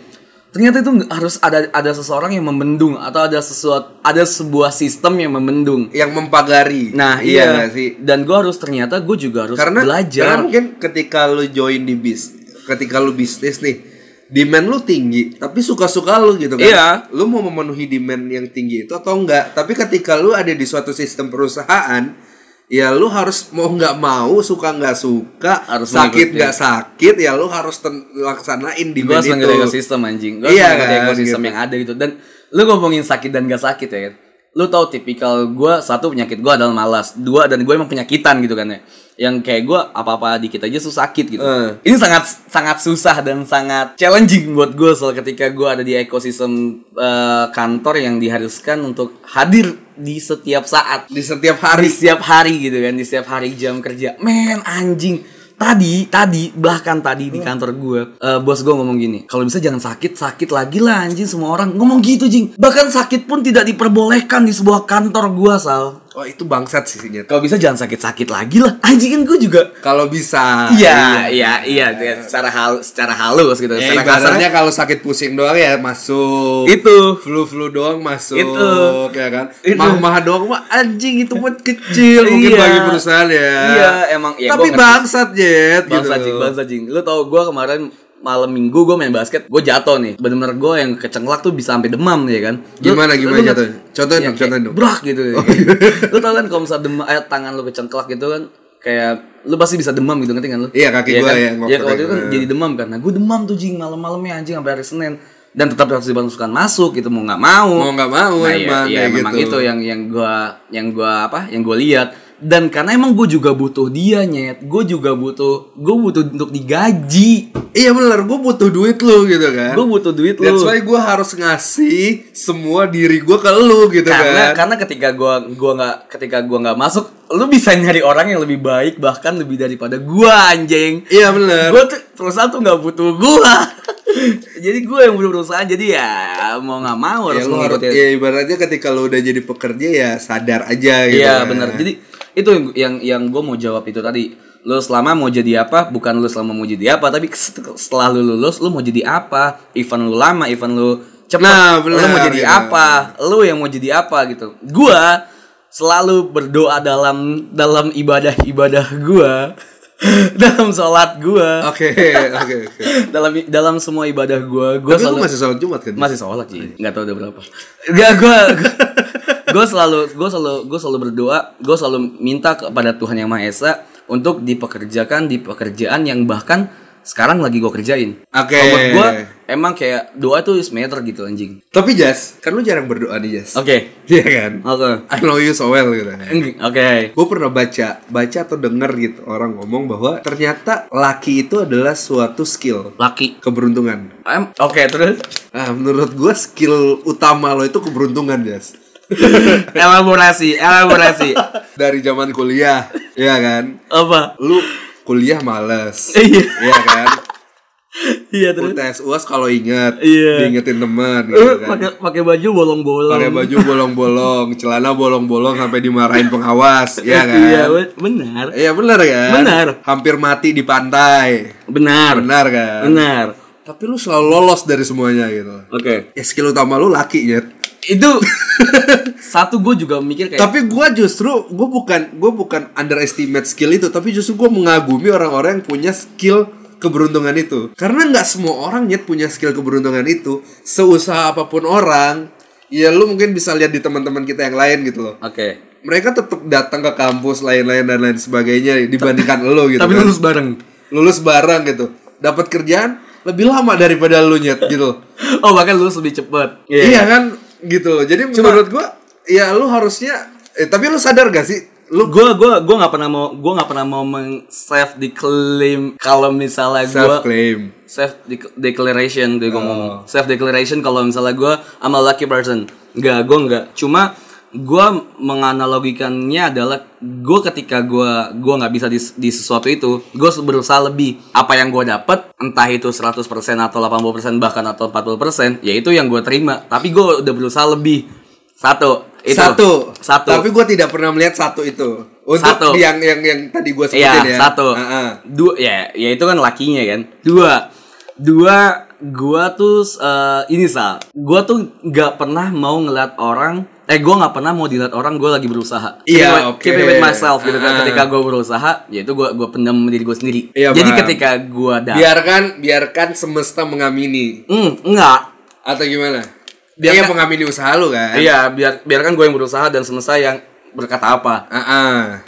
[SPEAKER 3] ternyata itu nggak- harus ada ada seseorang yang membendung atau ada sesuatu ada sebuah sistem yang membendung
[SPEAKER 4] yang mempagari.
[SPEAKER 3] nah
[SPEAKER 4] iya
[SPEAKER 3] iya,
[SPEAKER 4] nggak sih.
[SPEAKER 3] dan gue harus ternyata gue juga harus
[SPEAKER 4] Karena karena
[SPEAKER 3] belajar
[SPEAKER 4] mungkin ketika lu join di bis, ketika lu bisnis nih, demand lu tinggi, tapi suka-suka lu gitu kan.
[SPEAKER 3] Iya.
[SPEAKER 4] Lu mau memenuhi demand yang tinggi itu atau enggak? Tapi ketika lu ada di suatu sistem perusahaan, ya lu harus mau nggak mau, suka nggak suka,
[SPEAKER 3] Harus
[SPEAKER 4] sakit
[SPEAKER 3] mengikuti.
[SPEAKER 4] nggak sakit, ya lu harus ten- laksanain
[SPEAKER 3] gue
[SPEAKER 4] demand
[SPEAKER 3] harus mengikuti
[SPEAKER 4] itu.
[SPEAKER 3] ekosistem anjing gue
[SPEAKER 4] Iya
[SPEAKER 3] harus mengikuti
[SPEAKER 4] kan,
[SPEAKER 3] ekosistem
[SPEAKER 4] gitu.
[SPEAKER 3] yang ada gitu dan lu ngomongin sakit dan gak sakit ya kan lu tau tipikal gue satu penyakit gue adalah malas dua dan gue emang penyakitan gitu kan ya yang kayak gue apa-apa dikit aja susah sakit gitu
[SPEAKER 4] Eh.
[SPEAKER 3] ini sangat sangat susah dan sangat challenging buat gue soal ketika gue ada di ekosistem eh, kantor yang diharuskan untuk hadir di setiap saat
[SPEAKER 4] Di setiap
[SPEAKER 3] di
[SPEAKER 4] hari
[SPEAKER 3] setiap hari gitu kan di setiap hari jam kerja men anjing tadi tadi bahkan tadi di kantor gue eh, bos gue ngomong gini kalau bisa jangan sakit sakit lagi lah anjing semua orang ngomong gitu jing bahkan sakit pun tidak diperbolehkan di sebuah kantor gue sal
[SPEAKER 4] Oh itu bangsat sih Nyet.
[SPEAKER 3] kalau bisa jangan sakit sakit lagi lah anjing kan gue juga
[SPEAKER 4] Kalau bisa
[SPEAKER 3] Iya, iya, iya, iya, secara hal, secara halus gitu,
[SPEAKER 4] Eh,
[SPEAKER 3] secara
[SPEAKER 4] kasarnya
[SPEAKER 3] kasarnya
[SPEAKER 4] kalau sakit pusing doang ya masuk.
[SPEAKER 3] itu
[SPEAKER 4] flu flu doang masuk
[SPEAKER 3] Itu.
[SPEAKER 4] ya kan
[SPEAKER 3] Itu.
[SPEAKER 4] mah mah doang mah anjing itu mah kecil mungkin
[SPEAKER 3] Iya.
[SPEAKER 4] bagi perusahaan ya
[SPEAKER 3] Iya, emang- ya, gua
[SPEAKER 4] tapi
[SPEAKER 3] ngerti.
[SPEAKER 4] bangsat jet
[SPEAKER 3] Bangsa
[SPEAKER 4] gitu
[SPEAKER 3] jing, bangsa jing. Lu tau gue kemarin malam minggu gue main basket, gue jatuh nih. Bener-bener gue yang kecenglak tuh bisa sampai demam nih ya kan.
[SPEAKER 4] Gimana, gimana jatuhnya? Contohin dong, contohin dong. Oh, iya.
[SPEAKER 3] Brak gitu. ya.
[SPEAKER 4] [LAUGHS]
[SPEAKER 3] lu tau kan kalau misal demam, eh, tangan lu kecengklak gitu kan, kayak lu pasti bisa demam gitu ngerti kan lu?
[SPEAKER 4] Iya, kaki gua
[SPEAKER 3] kan?
[SPEAKER 4] ya, ngotot
[SPEAKER 3] Iya kalau itu
[SPEAKER 4] aja.
[SPEAKER 3] kan jadi demam kan. Nah gue demam tuh jing malam-malamnya anjing sampai hari Senin dan tetap harus dimasukkan masuk gitu mau nggak mau
[SPEAKER 4] Mau nggak mau,
[SPEAKER 3] Nah, iya,
[SPEAKER 4] emang,
[SPEAKER 3] iya,
[SPEAKER 4] kayak
[SPEAKER 3] memang
[SPEAKER 4] gitu.
[SPEAKER 3] itu yang yang gua yang gua apa yang gua lihat dan karena emang gue juga butuh dia nyet gue juga butuh gue butuh untuk digaji
[SPEAKER 4] iya bener gue butuh duit lu gitu kan
[SPEAKER 3] gue butuh duit lu
[SPEAKER 4] that's why gitu gue harus ngasih semua diri gue ke lu gitu
[SPEAKER 3] karena
[SPEAKER 4] kan
[SPEAKER 3] karena ketika gua gua nggak ketika gua nggak masuk lu bisa nyari orang yang lebih baik bahkan lebih daripada gua anjing
[SPEAKER 4] iya bener
[SPEAKER 3] gue tuh perusahaan tuh nggak butuh gua [LAUGHS] jadi gue yang butuh perusahaan jadi ya mau nggak mau
[SPEAKER 4] ya,
[SPEAKER 3] harus
[SPEAKER 4] lu harus,
[SPEAKER 3] mengikuti
[SPEAKER 4] ya ibaratnya ketika lu udah jadi pekerja ya sadar aja gitu
[SPEAKER 3] Iya
[SPEAKER 4] kan.
[SPEAKER 3] benar. Jadi itu yang yang, yang gue mau jawab itu tadi. Lo selama mau jadi apa? Bukan lo selama mau jadi apa, tapi set- setelah lo lulus lo mau jadi apa? Event lo lama, event lo cepat.
[SPEAKER 4] Nah, benar,
[SPEAKER 3] lo mau jadi
[SPEAKER 4] iya.
[SPEAKER 3] apa? Lo yang mau jadi apa gitu. Gua selalu berdoa dalam dalam ibadah-ibadah gua. [LAUGHS] dalam sholat gua. [LAUGHS]
[SPEAKER 4] oke oke oke
[SPEAKER 3] dalam dalam semua ibadah gua, gua
[SPEAKER 4] tapi lu
[SPEAKER 3] selalu
[SPEAKER 4] masih sholat jumat kan
[SPEAKER 3] masih sholat sih nggak tahu udah berapa gak gue gue selalu gue selalu gue selalu berdoa gue selalu minta kepada Tuhan yang Maha Esa untuk dipekerjakan di pekerjaan yang bahkan sekarang lagi gue kerjain
[SPEAKER 4] Oke.
[SPEAKER 3] Kalau buat gue emang kayak doa tuh is matter gitu anjing
[SPEAKER 4] tapi jas kan lu jarang berdoa nih jas
[SPEAKER 3] oke
[SPEAKER 4] iya kan
[SPEAKER 3] oke
[SPEAKER 4] I know you so well gitu.
[SPEAKER 3] oke
[SPEAKER 4] Gue pernah baca, baca atau denger gitu orang ngomong bahwa ternyata laki itu adalah suatu skill
[SPEAKER 3] laki
[SPEAKER 4] keberuntungan.
[SPEAKER 3] Em, oke terus
[SPEAKER 4] Nah, menurut gue skill utama lo itu keberuntungan, Jas.
[SPEAKER 3] [LAUGHS] elaborasi elaborasi
[SPEAKER 4] Dari zaman kuliah, ya kan?
[SPEAKER 3] apa
[SPEAKER 4] Lu kuliah males,
[SPEAKER 3] Iya.
[SPEAKER 4] ya kan?
[SPEAKER 3] iya terus
[SPEAKER 4] UTS UAS kalau inget,
[SPEAKER 3] Iya.
[SPEAKER 4] diingetin temen,
[SPEAKER 3] Eh,
[SPEAKER 4] gitu kan?
[SPEAKER 3] pakai pakai baju bolong-bolong
[SPEAKER 4] Pakai baju bolong-bolong, celana bolong-bolong sampai dimarahin pengawas, ya kan?
[SPEAKER 3] [LAUGHS] iya ben- benar
[SPEAKER 4] Iya benar kan?
[SPEAKER 3] Benar.
[SPEAKER 4] Hampir mati di pantai.
[SPEAKER 3] benar
[SPEAKER 4] Benar kan?
[SPEAKER 3] benar
[SPEAKER 4] Tapi lu selalu lolos dari semuanya gitu.
[SPEAKER 3] oke
[SPEAKER 4] Ya skill utama lu laki ya.
[SPEAKER 3] itu satu gue juga mikir kayak
[SPEAKER 4] Tapi gua justru gua bukan gua bukan underestimate skill itu, tapi justru gua mengagumi orang-orang yang punya skill keberuntungan itu. Karena nggak semua orang nyet punya skill keberuntungan itu. Seusaha apapun orang, ya lu mungkin bisa lihat di teman-teman kita yang lain gitu loh.
[SPEAKER 3] oke
[SPEAKER 4] Mereka tetap datang ke kampus lain-lain dan lain sebagainya dibandingkan lo gitu.
[SPEAKER 3] tapi
[SPEAKER 4] kan.
[SPEAKER 3] lulus bareng
[SPEAKER 4] lulus bareng gitu dapat kerjaan lebih lama daripada lu nyet gitu
[SPEAKER 3] oh bahkan lulus lebih cepet
[SPEAKER 4] iya kan gitu loh jadi menurut gua ya lu harusnya eh, tapi lu sadar gak sih lu
[SPEAKER 3] lu gue gua gua nggak pernah mau gue nggak pernah mau meng self declaim kalau misalnya gue
[SPEAKER 4] self claim
[SPEAKER 3] self dec- declaration gue
[SPEAKER 4] Oh.
[SPEAKER 3] ngomong self declaration kalau misalnya gue I'm a lucky person nggak gue nggak cuma gue menganalogikannya adalah gue ketika gue gua nggak bisa di, di sesuatu itu gue berusaha lebih apa yang gue dapet entah itu 100% atau 80% bahkan atau 40% ya itu yang gue terima tapi gue udah berusaha lebih satu itu
[SPEAKER 4] Satu.
[SPEAKER 3] satu
[SPEAKER 4] Tapi gue tidak pernah melihat satu itu. Untuk
[SPEAKER 3] Satu.
[SPEAKER 4] yang yang yang tadi gue
[SPEAKER 3] Iya,
[SPEAKER 4] sebutin ya.
[SPEAKER 3] satu.
[SPEAKER 4] Heeh.
[SPEAKER 3] Dua, ya, ya itu kan lakinya kan. Dua, dua, gua tuh eh, ini sal, gua tuh nggak pernah mau ngeliat orang, eh gua nggak pernah mau dilihat orang gue lagi berusaha. Keep
[SPEAKER 4] Iya,
[SPEAKER 3] it with-
[SPEAKER 4] oke.
[SPEAKER 3] Keep it with myself gitu kan.
[SPEAKER 4] Ah.
[SPEAKER 3] Ketika gue berusaha, ya itu gue gue pendam diri gue sendiri.
[SPEAKER 4] Iya,
[SPEAKER 3] Jadi
[SPEAKER 4] paham.
[SPEAKER 3] ketika gue dapet,
[SPEAKER 4] Biarkan biarkan semesta mengamini
[SPEAKER 3] Hmm, enggak.
[SPEAKER 4] atau gimana?
[SPEAKER 3] Biarkan-
[SPEAKER 4] Dia yang mengamini usaha lu kan?
[SPEAKER 3] Iya, biar biarkan gue yang berusaha dan semesta yang berkata apa.
[SPEAKER 4] Heeh.
[SPEAKER 3] Iya.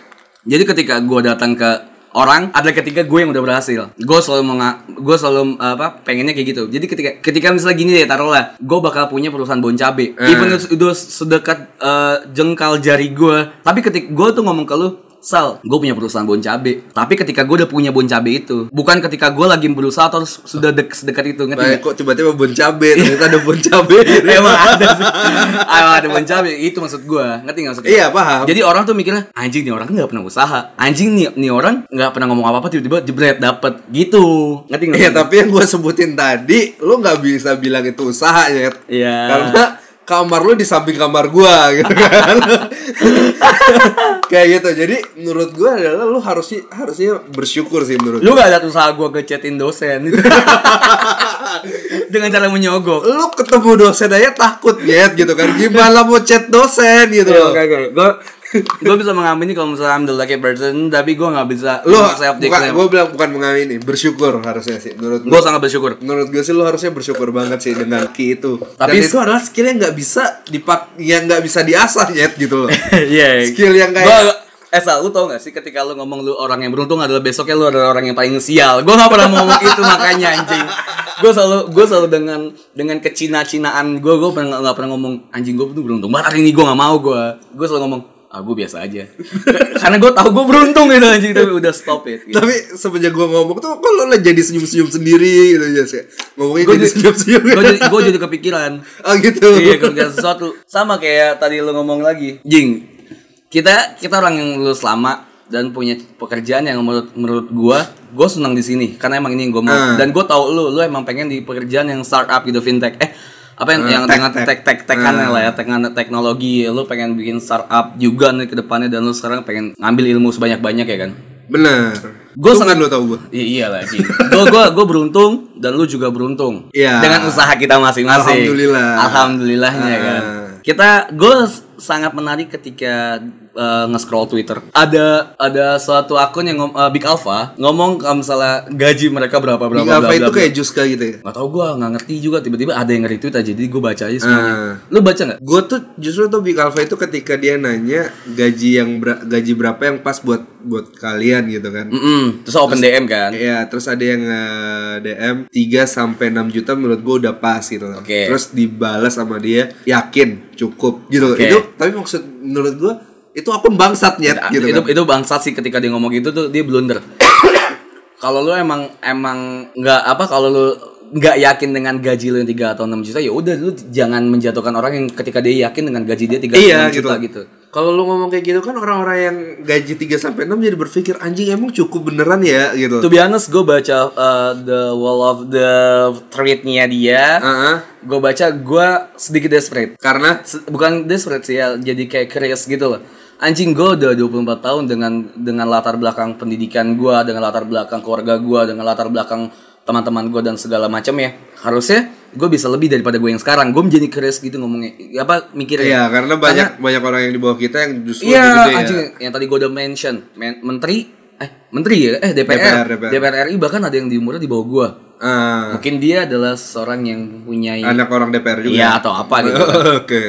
[SPEAKER 3] Jadi ketika gue datang ke orang, ada ketika gue yang udah berhasil. Gue selalu menga- gue selalu apa pengennya kayak gitu. Jadi ketika ketika misalnya gini deh, taruhlah, gue bakal punya perusahaan bon cabe. Even itu, itu sedekat eh, jengkal jari gue. Tapi ketika gue tuh ngomong ke lu, Sal, gue punya perusahaan bon cabe. Tapi ketika gue udah punya bon cabe itu, bukan ketika gue lagi berusaha atau sudah dek sedekat itu, ngerti nggak?
[SPEAKER 4] Baik, kok tiba-tiba bon cabe, ternyata ada bon [LAUGHS] cabe.
[SPEAKER 3] Iya. Emang ada sih. [LAUGHS] Emang ada bon cabe. Itu maksud gue. Ngerti nggak maksud gua?
[SPEAKER 4] Iya, paham.
[SPEAKER 3] Jadi orang tuh mikirnya anjing nih orang nggak pernah usaha. Anjing nih nih orang nggak pernah ngomong apa apa tiba-tiba jebret dapet gitu. Ngerti nggak?
[SPEAKER 4] Iya, tapi yang gue sebutin tadi, lu nggak bisa bilang itu usaha ya.
[SPEAKER 3] Iya.
[SPEAKER 4] Karena kamar lu di samping kamar gua [LAUGHS] gitu kan. Kayak gitu. Jadi menurut gua adalah lu harusnya harusnya bersyukur sih menurut
[SPEAKER 3] lu gak liat usaha gue ngechatin dosen [LAUGHS] dengan cara menyogok.
[SPEAKER 4] lu ketemu dosen aja takut nyet gitu kan gimana mau chat dosen gitu
[SPEAKER 3] Iya,
[SPEAKER 4] loh
[SPEAKER 3] Gue gue bisa mengamini kalau misalnya I'm the lucky person, tapi gue nggak bisa
[SPEAKER 4] lu
[SPEAKER 3] self
[SPEAKER 4] bukan gue bilang bukan mengamini bersyukur harusnya sih menurut
[SPEAKER 3] Gue
[SPEAKER 4] gue
[SPEAKER 3] sangat bersyukur.
[SPEAKER 4] menurut gue sih lu harusnya bersyukur banget sih dengan ki itu
[SPEAKER 3] Tapi-
[SPEAKER 4] tapi Dan itu adalah skill yang nggak bisa dipak yang nggak bisa diasah nyet
[SPEAKER 3] [LAUGHS]
[SPEAKER 4] gitu loh
[SPEAKER 3] Iya.
[SPEAKER 4] Skill yang kayak-
[SPEAKER 3] Gua, eh Sal, lu tau gak sih ketika lu ngomong lu orang yang beruntung adalah besoknya lu adalah orang yang paling sial. Gua gak pernah mau ngomong itu makanya anjing. Gua selalu gua selalu dengan dengan kecina-cinaan gua gua pernah gak pernah ngomong anjing gua tuh beruntung banget hari ini gua gak mau gua. Gua selalu ngomong ah gua biasa aja. Karena gua tahu gua beruntung gitu anjing tapi udah stop it. Gitu.
[SPEAKER 4] tapi semenjak gue ngomong tuh kok lu jadi senyum senyum sendiri gitu Jess, ya ngomongnya
[SPEAKER 3] Gua
[SPEAKER 4] jadi
[SPEAKER 3] jadi-
[SPEAKER 4] senyum senyum
[SPEAKER 3] Gua jadi, gua jadi kepikiran
[SPEAKER 4] [LAUGHS] oh gitu
[SPEAKER 3] iya kepikiran sesuatu sama kayak tadi lu ngomong lagi jing kita kita orang yang lulus lama dan punya pekerjaan yang menurut menurut gua gua senang di sini karena emang ini yang gua mau
[SPEAKER 4] Ah.
[SPEAKER 3] dan gua tahu lu lu emang pengen di pekerjaan yang startup gitu fintech eh apa yang
[SPEAKER 4] Ah,
[SPEAKER 3] yang
[SPEAKER 4] tech,
[SPEAKER 3] dengan
[SPEAKER 4] tech. Hmm.
[SPEAKER 3] tech tech tech lah ya tech teknologi lu pengen bikin startup juga nih ke depannya dan lu sekarang pengen ngambil ilmu sebanyak banyak ya kan
[SPEAKER 4] bener
[SPEAKER 3] Gua
[SPEAKER 4] Tuh
[SPEAKER 3] sangat-
[SPEAKER 4] kan lu tau gue
[SPEAKER 3] Iya iyalah Jing. Gua gua gua beruntung dan lu juga beruntung.
[SPEAKER 4] Iya.
[SPEAKER 3] Dengan usaha kita masing-masing.
[SPEAKER 4] Alhamdulillah.
[SPEAKER 3] Alhamdulillahnya
[SPEAKER 4] Ah.
[SPEAKER 3] kan. Kita gua s- sangat menarik ketika eh, nge-scroll Twitter. Ada ada suatu akun yang ngom- eh, Big Alpha ngomong kalau misalnya gaji mereka berapa berapa
[SPEAKER 4] Big Alpha itu kayak Juska gitu ya
[SPEAKER 3] Gak tau gue, gak ngerti juga Tiba-tiba ada yang nge-retweet aja Jadi gue baca aja semuanya
[SPEAKER 4] Ah.
[SPEAKER 3] Lu baca gak?
[SPEAKER 4] Gue tuh justru tuh Big Alpha itu ketika dia nanya gaji yang ber- gaji berapa yang pas buat buat kalian gitu kan.
[SPEAKER 3] Mm-mm. Terus open DM kan?
[SPEAKER 4] Iya, terus ada yang eh, DM 3 sampai 6 juta menurut gue udah pas gitu loh.
[SPEAKER 3] Oke.
[SPEAKER 4] Terus dibalas sama dia yakin cukup gitu. loh.
[SPEAKER 3] Oke.
[SPEAKER 4] Itu tapi maksud menurut gue itu akun bangsat nyet gitu
[SPEAKER 3] itu
[SPEAKER 4] kan.
[SPEAKER 3] itu bangsat sih ketika dia ngomong gitu tuh dia blunder [COUGHS] kalau lu emang emang nggak apa kalau lu nggak yakin dengan gaji lu yang 3 atau 6 juta ya udah lu jangan menjatuhkan orang yang ketika dia yakin dengan gaji dia 3 atau
[SPEAKER 4] Iya
[SPEAKER 3] 6
[SPEAKER 4] gitu.
[SPEAKER 3] juta gitu.
[SPEAKER 4] Kalau lu ngomong kayak gitu kan orang-orang yang gaji 3 sampai 6 jadi berpikir anjing emang cukup beneran ya gitu.
[SPEAKER 3] To be honest, gue baca uh, the wall of the tweetnya dia.
[SPEAKER 4] Heeh.
[SPEAKER 3] Gue baca gue sedikit desperate.
[SPEAKER 4] Karena
[SPEAKER 3] Se- bukan desperate sih ya jadi kayak curious gitu loh anjing gue udah 24 tahun dengan dengan latar belakang pendidikan gue dengan latar belakang keluarga gue dengan latar belakang teman-teman gue dan segala macam ya harusnya gue bisa lebih daripada gue yang sekarang gue menjadi curious gitu ngomongnya apa mikirnya
[SPEAKER 4] Iya, karena banyak banyak orang yang di bawah kita yang justru
[SPEAKER 3] iya
[SPEAKER 4] lebih gede ya.
[SPEAKER 3] anjing yang tadi gue udah mention men- menteri eh menteri ya eh DPR
[SPEAKER 4] DPR.
[SPEAKER 3] DPR, RI bahkan ada yang di umurnya di bawah gue
[SPEAKER 4] Ah,
[SPEAKER 3] mungkin dia adalah seorang yang punya
[SPEAKER 4] anak orang DPR juga. ya.
[SPEAKER 3] iya atau apa gitu
[SPEAKER 4] [LAUGHS] Oke.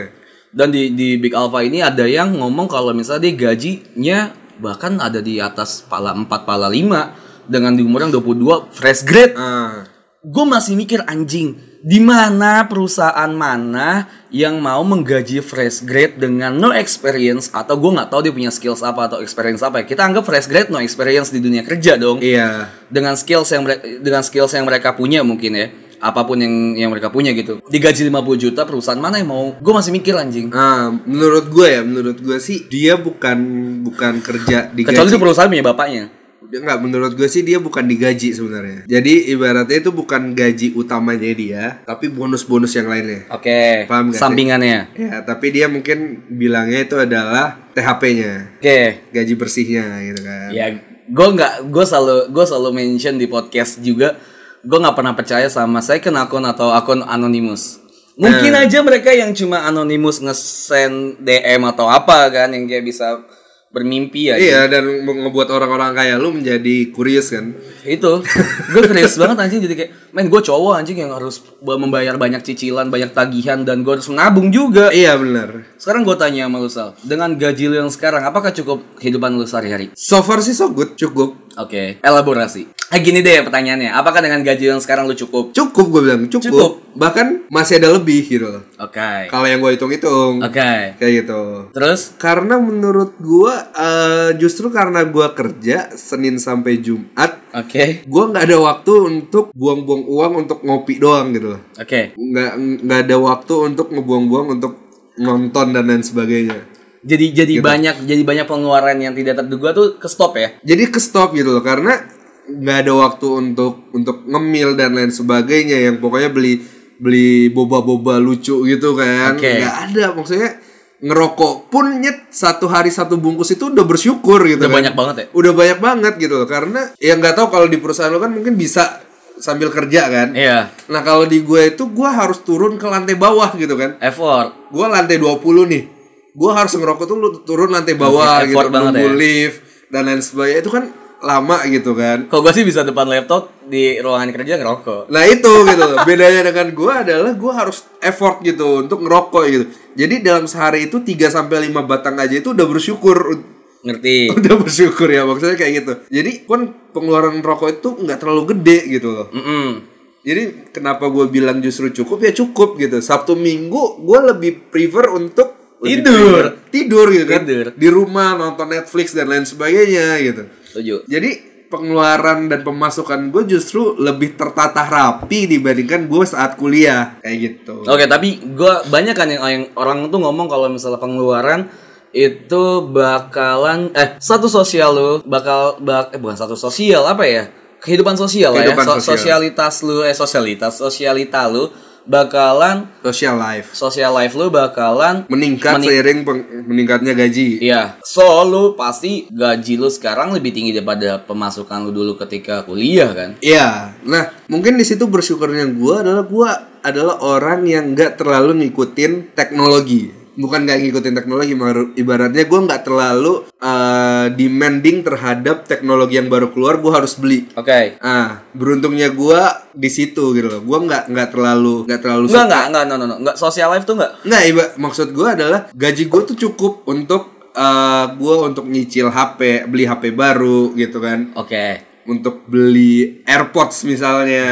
[SPEAKER 3] Dan di di Big Alpha ini ada yang ngomong kalau misalnya dia gajinya bahkan ada di atas pala 4 pala 5 dengan di umur yang 22 fresh grade.
[SPEAKER 4] Ah,
[SPEAKER 3] Gue masih mikir anjing, di mana perusahaan mana yang mau menggaji fresh grade dengan no experience atau gue nggak tahu dia punya skills apa atau experience apa. ya. Kita anggap fresh grade no experience di dunia kerja dong
[SPEAKER 4] iya.
[SPEAKER 3] dengan skills yang mereka dengan skills yang mereka punya mungkin ya apapun yang yang mereka punya gitu. Digaji 50 juta perusahaan mana yang mau? Gue masih mikir anjing.
[SPEAKER 4] Ah, menurut gue ya, menurut gue sih dia bukan bukan kerja digaji.
[SPEAKER 3] Kecuali itu perusahaan punya ya, bapaknya.
[SPEAKER 4] Dia nggak menurut gue sih dia bukan digaji sebenarnya. Jadi ibaratnya itu bukan gaji utamanya dia, tapi bonus-bonus yang lainnya.
[SPEAKER 3] Oke.
[SPEAKER 4] Paham nggak sih?
[SPEAKER 3] Sampingannya.
[SPEAKER 4] Ya, tapi dia mungkin bilangnya itu adalah THP-nya,
[SPEAKER 3] Oke.
[SPEAKER 4] gaji bersihnya gitu kan.
[SPEAKER 3] Ya, gue nggak, gue selalu, gue selalu mention di podcast juga, gue nggak pernah percaya sama second akun atau akun anonymous. Mungkin
[SPEAKER 4] Nah.
[SPEAKER 3] aja mereka yang cuma anonymous nge-send DM atau apa kan, yang dia bisa bermimpi ya. aja.
[SPEAKER 4] Iya, dan ngebuat orang-orang kaya lu menjadi kurius kan.
[SPEAKER 3] Itu, gue serius banget anjing jadi kayak, men gue cowok anjing yang harus membayar banyak cicilan, banyak tagihan, dan gue harus menabung juga.
[SPEAKER 4] Iya benar.
[SPEAKER 3] Sekarang gue tanya sama lu Sal, dengan gaji lu yang sekarang, apakah cukup kehidupan lu sehari-hari?
[SPEAKER 4] So far sih so good, cukup.
[SPEAKER 3] Oke, elaborasi. Eh, gini deh pertanyaannya, apakah dengan gaji yang sekarang lu cukup?
[SPEAKER 4] Cukup gue bilang, cukup.
[SPEAKER 3] Cukup.
[SPEAKER 4] Bahkan masih ada lebih gitu loh.
[SPEAKER 3] Oke.
[SPEAKER 4] Kalau yang gue hitung-hitung.
[SPEAKER 3] Oke.
[SPEAKER 4] Kayak gitu.
[SPEAKER 3] Terus?
[SPEAKER 4] Karena menurut gua eh, justru karena gua kerja Senin sampai Jumat,
[SPEAKER 3] Oke.
[SPEAKER 4] gua nggak ada waktu untuk buang-buang uang untuk ngopi doang gitu loh.
[SPEAKER 3] Oke.
[SPEAKER 4] Nggak nggak ada waktu untuk ngebuang-buang untuk nonton dan lain sebagainya.
[SPEAKER 3] Jadi jadi banyak jadi banyak pengeluaran yang tidak terduga tuh ke stop ya.
[SPEAKER 4] Jadi ke stop gitu loh karena nggak ada waktu untuk untuk ngemil dan lain sebagainya yang pokoknya beli beli boba-boba lucu gitu kan
[SPEAKER 3] Oke.
[SPEAKER 4] nggak ada maksudnya ngerokok pun nyet satu hari satu bungkus itu udah bersyukur gitu
[SPEAKER 3] Udah
[SPEAKER 4] kan.
[SPEAKER 3] banyak banget ya.
[SPEAKER 4] udah banyak banget gitu loh karena ya nggak tahu kalau di perusahaan lo kan mungkin bisa sambil kerja kan
[SPEAKER 3] Iya.
[SPEAKER 4] nah kalau di gue itu gue harus turun ke lantai bawah gitu kan
[SPEAKER 3] Effort.
[SPEAKER 4] gue lantai 20 nih gue harus ngerokok tuh lu turun lantai bawah
[SPEAKER 3] Effort
[SPEAKER 4] gitu
[SPEAKER 3] banget
[SPEAKER 4] nunggu
[SPEAKER 3] ya.
[SPEAKER 4] lift dan lain sebagainya itu kan lama gitu kan
[SPEAKER 3] Kalau gue sih bisa depan laptop di ruangan kerja ngerokok.
[SPEAKER 4] nah itu gitu
[SPEAKER 3] [LAUGHS]
[SPEAKER 4] loh bedanya dengan gue adalah gue harus effort gitu untuk ngerokok gitu jadi dalam sehari itu 3 sampai 5 batang aja itu udah bersyukur
[SPEAKER 3] Ngerti.
[SPEAKER 4] [LAUGHS] udah bersyukur ya maksudnya kayak gitu jadi kan pengeluaran rokok itu nggak terlalu gede gitu loh
[SPEAKER 3] Mm-mm.
[SPEAKER 4] jadi kenapa gue bilang justru cukup ya cukup gitu sabtu minggu gue lebih prefer untuk lebih
[SPEAKER 3] Tidur.
[SPEAKER 4] prefer tidur gitu kan
[SPEAKER 3] Tidur.
[SPEAKER 4] di rumah nonton Netflix dan lain sebagainya gitu
[SPEAKER 3] Setuju.
[SPEAKER 4] jadi pengeluaran dan pemasukan gue justru lebih tertata rapi dibandingkan gue saat kuliah kayak gitu
[SPEAKER 3] Oke, tapi gua banyak kan yang, yang orang tuh ngomong kalau misalnya pengeluaran itu bakalan eh satu sosial lu bakal bak eh bukan satu sosial apa ya? Kehidupan sosial
[SPEAKER 4] Kehidupan
[SPEAKER 3] lah ya.
[SPEAKER 4] sosial.
[SPEAKER 3] Sosialitas lu eh sosialitas sosialita lu bakalan
[SPEAKER 4] social life
[SPEAKER 3] social life lu bakalan
[SPEAKER 4] meningkat
[SPEAKER 3] Mening-
[SPEAKER 4] seiring peng- meningkatnya gaji
[SPEAKER 3] Iya, so lu pasti gaji lu sekarang lebih tinggi daripada pemasukan lu dulu ketika kuliah kan?
[SPEAKER 4] Iya. Nah, mungkin di situ bersyukurnya gua adalah gua adalah orang yang nggak terlalu ngikutin teknologi. Bukan nggak ngikutin teknologi, maru- ibaratnya gua nggak terlalu eh, demanding terhadap teknologi yang baru keluar. Gua harus beli.
[SPEAKER 3] Oke.
[SPEAKER 4] Ah, beruntungnya gua di situ gitu loh. Gua nggak nggak terlalu nggak terlalu.
[SPEAKER 3] Enggak enggak enggak no, no, no. enggak social life tuh enggak
[SPEAKER 4] Nah, iba- maksud gua adalah gaji gua tuh cukup untuk eh, gua untuk nyicil HP, beli HP baru gitu kan,
[SPEAKER 3] Oke.
[SPEAKER 4] untuk beli AirPods misalnya.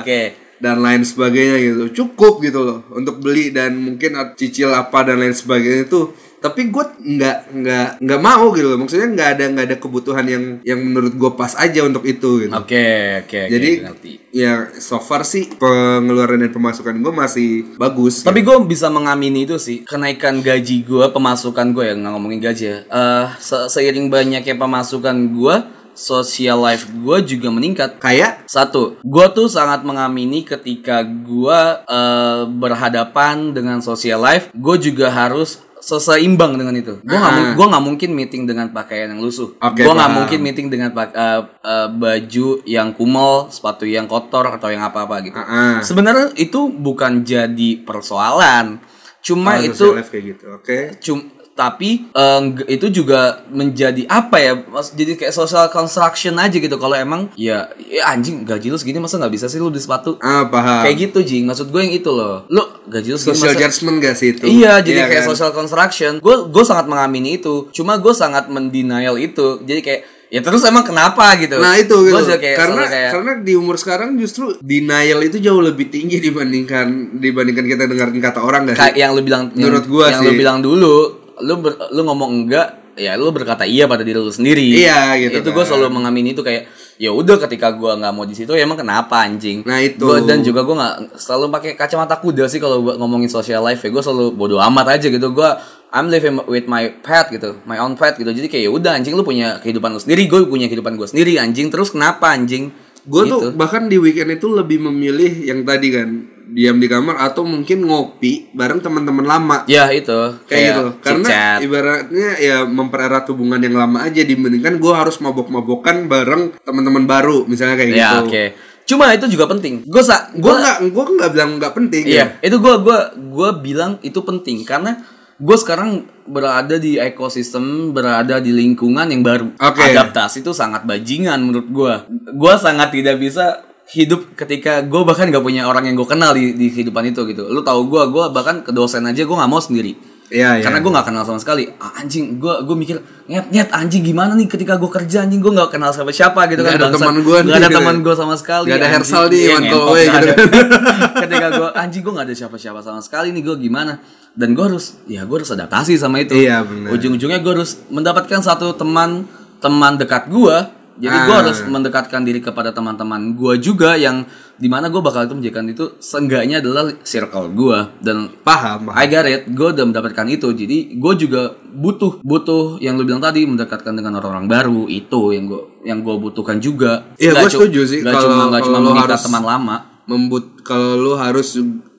[SPEAKER 3] Oke.
[SPEAKER 4] dan lain sebagainya gitu cukup gitu loh untuk beli dan mungkin cicil apa dan lain sebagainya itu tapi gue nggak nggak nggak mau gitu loh maksudnya nggak ada nggak ada kebutuhan yang yang menurut gue pas aja untuk itu gitu
[SPEAKER 3] Oke, oke, oke,
[SPEAKER 4] jadi
[SPEAKER 3] ngerti.
[SPEAKER 4] ya so far sih pengeluaran dan pemasukan gue masih bagus gitu.
[SPEAKER 3] Tapi gue bisa mengamini itu sih kenaikan gaji gue, pemasukan gue ya nggak ngomongin gaji ya. Eh, se- seiring banyaknya pemasukan gue, social life gue juga meningkat.
[SPEAKER 4] kayak
[SPEAKER 3] Satu, gue tuh sangat mengamini ketika gue eh, berhadapan dengan social life, gue juga harus seseimbang dengan itu. Gue nggak mu- gua nggak mungkin meeting dengan pakaian yang lusuh.
[SPEAKER 4] Ah. Oke,
[SPEAKER 3] gue nggak
[SPEAKER 4] paham.
[SPEAKER 3] mungkin meeting dengan pak- eh, eh, baju yang kumel, sepatu yang kotor atau yang apa apa gitu.
[SPEAKER 4] Ah, ah.
[SPEAKER 3] Sebenarnya itu bukan jadi persoalan. Cuma itu
[SPEAKER 4] social life kayak gitu oke
[SPEAKER 3] cum- tapi eh, nggak- itu juga menjadi apa ya? Mas, jadi kayak social construction aja gitu kalau emang ya, ya anjing gaji lu segini masa nggak bisa sih lu di sepatu?
[SPEAKER 4] ah paham
[SPEAKER 3] Kayak gitu, Jing. Maksud gue yang itu loh. Lu gaji lu segini
[SPEAKER 4] social
[SPEAKER 3] masa-
[SPEAKER 4] judgment gak sih itu
[SPEAKER 3] Iya, jadi kayak
[SPEAKER 4] kan?
[SPEAKER 3] social construction. Gue gue sangat mengamini itu. Cuma gue sangat mendenial itu. Jadi kayak ya terus emang kenapa gitu?
[SPEAKER 4] Nah itu
[SPEAKER 3] Gua juga
[SPEAKER 4] gitu.
[SPEAKER 3] kayak
[SPEAKER 4] karena
[SPEAKER 3] selalu kayak-
[SPEAKER 4] karena di umur sekarang justru denial itu jauh lebih tinggi dibandingkan dibandingkan kita dengarkan kata orang gak
[SPEAKER 3] kayak
[SPEAKER 4] sih?
[SPEAKER 3] yang lu bilang yang-
[SPEAKER 4] Iya. Menurut gua
[SPEAKER 3] yang
[SPEAKER 4] sih.
[SPEAKER 3] lu bilang dulu lu ber- lu ngomong enggak ya lu berkata iya pada diri lu sendiri
[SPEAKER 4] Iya, gitu
[SPEAKER 3] itu gue
[SPEAKER 4] kan.
[SPEAKER 3] selalu mengamini itu kayak ya udah ketika gua nggak mau di situ ya emang kenapa anjing
[SPEAKER 4] Nah, itu.
[SPEAKER 3] Gua- dan juga gua nggak selalu pakai kacamata kuda sih kalau buat ngomongin social life ya gua selalu bodo amat aja gitu gua I'm living with my pet gitu, my own pet gitu. Jadi kayak ya udah anjing lu punya kehidupan lu sendiri, gue punya kehidupan gue sendiri anjing. Terus kenapa anjing?
[SPEAKER 4] Gue
[SPEAKER 3] Gitu.
[SPEAKER 4] tuh bahkan di weekend itu lebih memilih yang tadi kan diam di kamar atau mungkin ngopi bareng teman-teman lama
[SPEAKER 3] Ya itu
[SPEAKER 4] kayak gitu karena
[SPEAKER 3] chit-chat.
[SPEAKER 4] ibaratnya ya mempererat hubungan yang lama aja dibandingkan gue harus mabok-mabokan bareng teman-teman baru misalnya kayak
[SPEAKER 3] Ya
[SPEAKER 4] gitu
[SPEAKER 3] oke. Cuma itu juga penting. Gue sa
[SPEAKER 4] gue
[SPEAKER 3] gua-
[SPEAKER 4] nggak gue nggak bilang nggak penting ya
[SPEAKER 3] Iya, itu gua gua gua bilang itu penting karena gue sekarang berada di ekosistem, berada di lingkungan yang baru.
[SPEAKER 4] Oke.
[SPEAKER 3] Adaptasi itu sangat bajingan menurut gua. Gua sangat tidak bisa hidup ketika gue bahkan gak punya orang yang gue kenal di, di kehidupan itu gitu. Lu tahu gua gua bahkan ke dosen aja gua nggak mau sendiri.
[SPEAKER 4] Iya, iya.
[SPEAKER 3] Karena gue gak kenal sama sekali Ah, Anjing, gue gue mikir Nyet, nyet, anjing gimana nih ketika gue kerja Anjing, gue gak kenal siapa-siapa gitu
[SPEAKER 4] Nggak
[SPEAKER 3] kan
[SPEAKER 4] ada
[SPEAKER 3] bangsat.
[SPEAKER 4] teman gua
[SPEAKER 3] Nggak
[SPEAKER 4] nih,
[SPEAKER 3] ada
[SPEAKER 4] gitu.
[SPEAKER 3] teman gue sama sekali
[SPEAKER 4] Nggak ada
[SPEAKER 3] anjing.
[SPEAKER 4] Hersal nih,
[SPEAKER 3] Iya,
[SPEAKER 4] one
[SPEAKER 3] ngentot,
[SPEAKER 4] call away
[SPEAKER 3] nggak
[SPEAKER 4] gitu
[SPEAKER 3] ada.
[SPEAKER 4] kan.
[SPEAKER 3] [LAUGHS] ketika gue anjing gue nggak ada siapa-siapa sama sekali nih gue gimana dan gue harus ya gue harus adaptasi sama itu
[SPEAKER 4] Iya, benar.
[SPEAKER 3] ujung-ujungnya gue harus mendapatkan satu teman teman dekat gue jadi gue
[SPEAKER 4] Ah.
[SPEAKER 3] harus mendekatkan diri kepada teman-teman gue juga yang dimana gue bakal itu menjadikan itu seenggaknya adalah circle gue dan
[SPEAKER 4] paham
[SPEAKER 3] I got it, gue udah mendapatkan itu Jadi gue juga butuh Butuh yang lu bilang tadi Mendekatkan dengan orang-orang baru Itu yang gue yang gua butuhkan juga
[SPEAKER 4] Iya,
[SPEAKER 3] Nggak
[SPEAKER 4] gua
[SPEAKER 3] cu-
[SPEAKER 4] setuju sih.
[SPEAKER 3] nggak
[SPEAKER 4] Kalau-
[SPEAKER 3] cuma, nggak cuma
[SPEAKER 4] kalau lu
[SPEAKER 3] mengikat
[SPEAKER 4] harus-
[SPEAKER 3] teman lama
[SPEAKER 4] membut kalau lu harus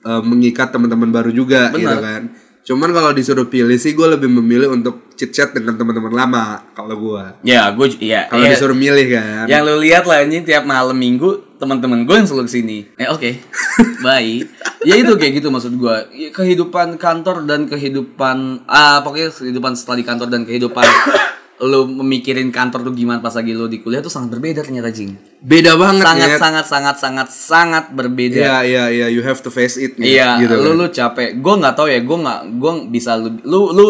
[SPEAKER 4] uh, mengikat teman-teman baru juga gitu kan. Cuman kalau disuruh pilih sih gue lebih memilih untuk chit chat dengan teman-teman lama kalau gua.
[SPEAKER 3] Ya, gue ya,
[SPEAKER 4] Kalau
[SPEAKER 3] ya,
[SPEAKER 4] disuruh milih kan.
[SPEAKER 3] Yang lu lihat lah ini tiap malam minggu teman-teman gue yang selalu kesini. Eh
[SPEAKER 4] [LAUGHS]
[SPEAKER 3] oke, baik. Ya itu kayak gitu maksud gue. Kehidupan kantor dan kehidupan ah pokoknya kehidupan setelah di kantor dan
[SPEAKER 4] [COUGHS]
[SPEAKER 3] kehidupan lu memikirin kantor tuh gimana pas lagi lu di kuliah tuh sangat berbeda ternyata jing.
[SPEAKER 4] Beda banget
[SPEAKER 3] Sangat
[SPEAKER 4] Nyet.
[SPEAKER 3] sangat sangat sangat sangat berbeda.
[SPEAKER 4] Iya iya iya you have to face it Nyet,
[SPEAKER 3] Iya,
[SPEAKER 4] gitu.
[SPEAKER 3] lu
[SPEAKER 4] kan.
[SPEAKER 3] lu capek. Gue nggak tahu ya, gue nggak gue bisa lu lu lu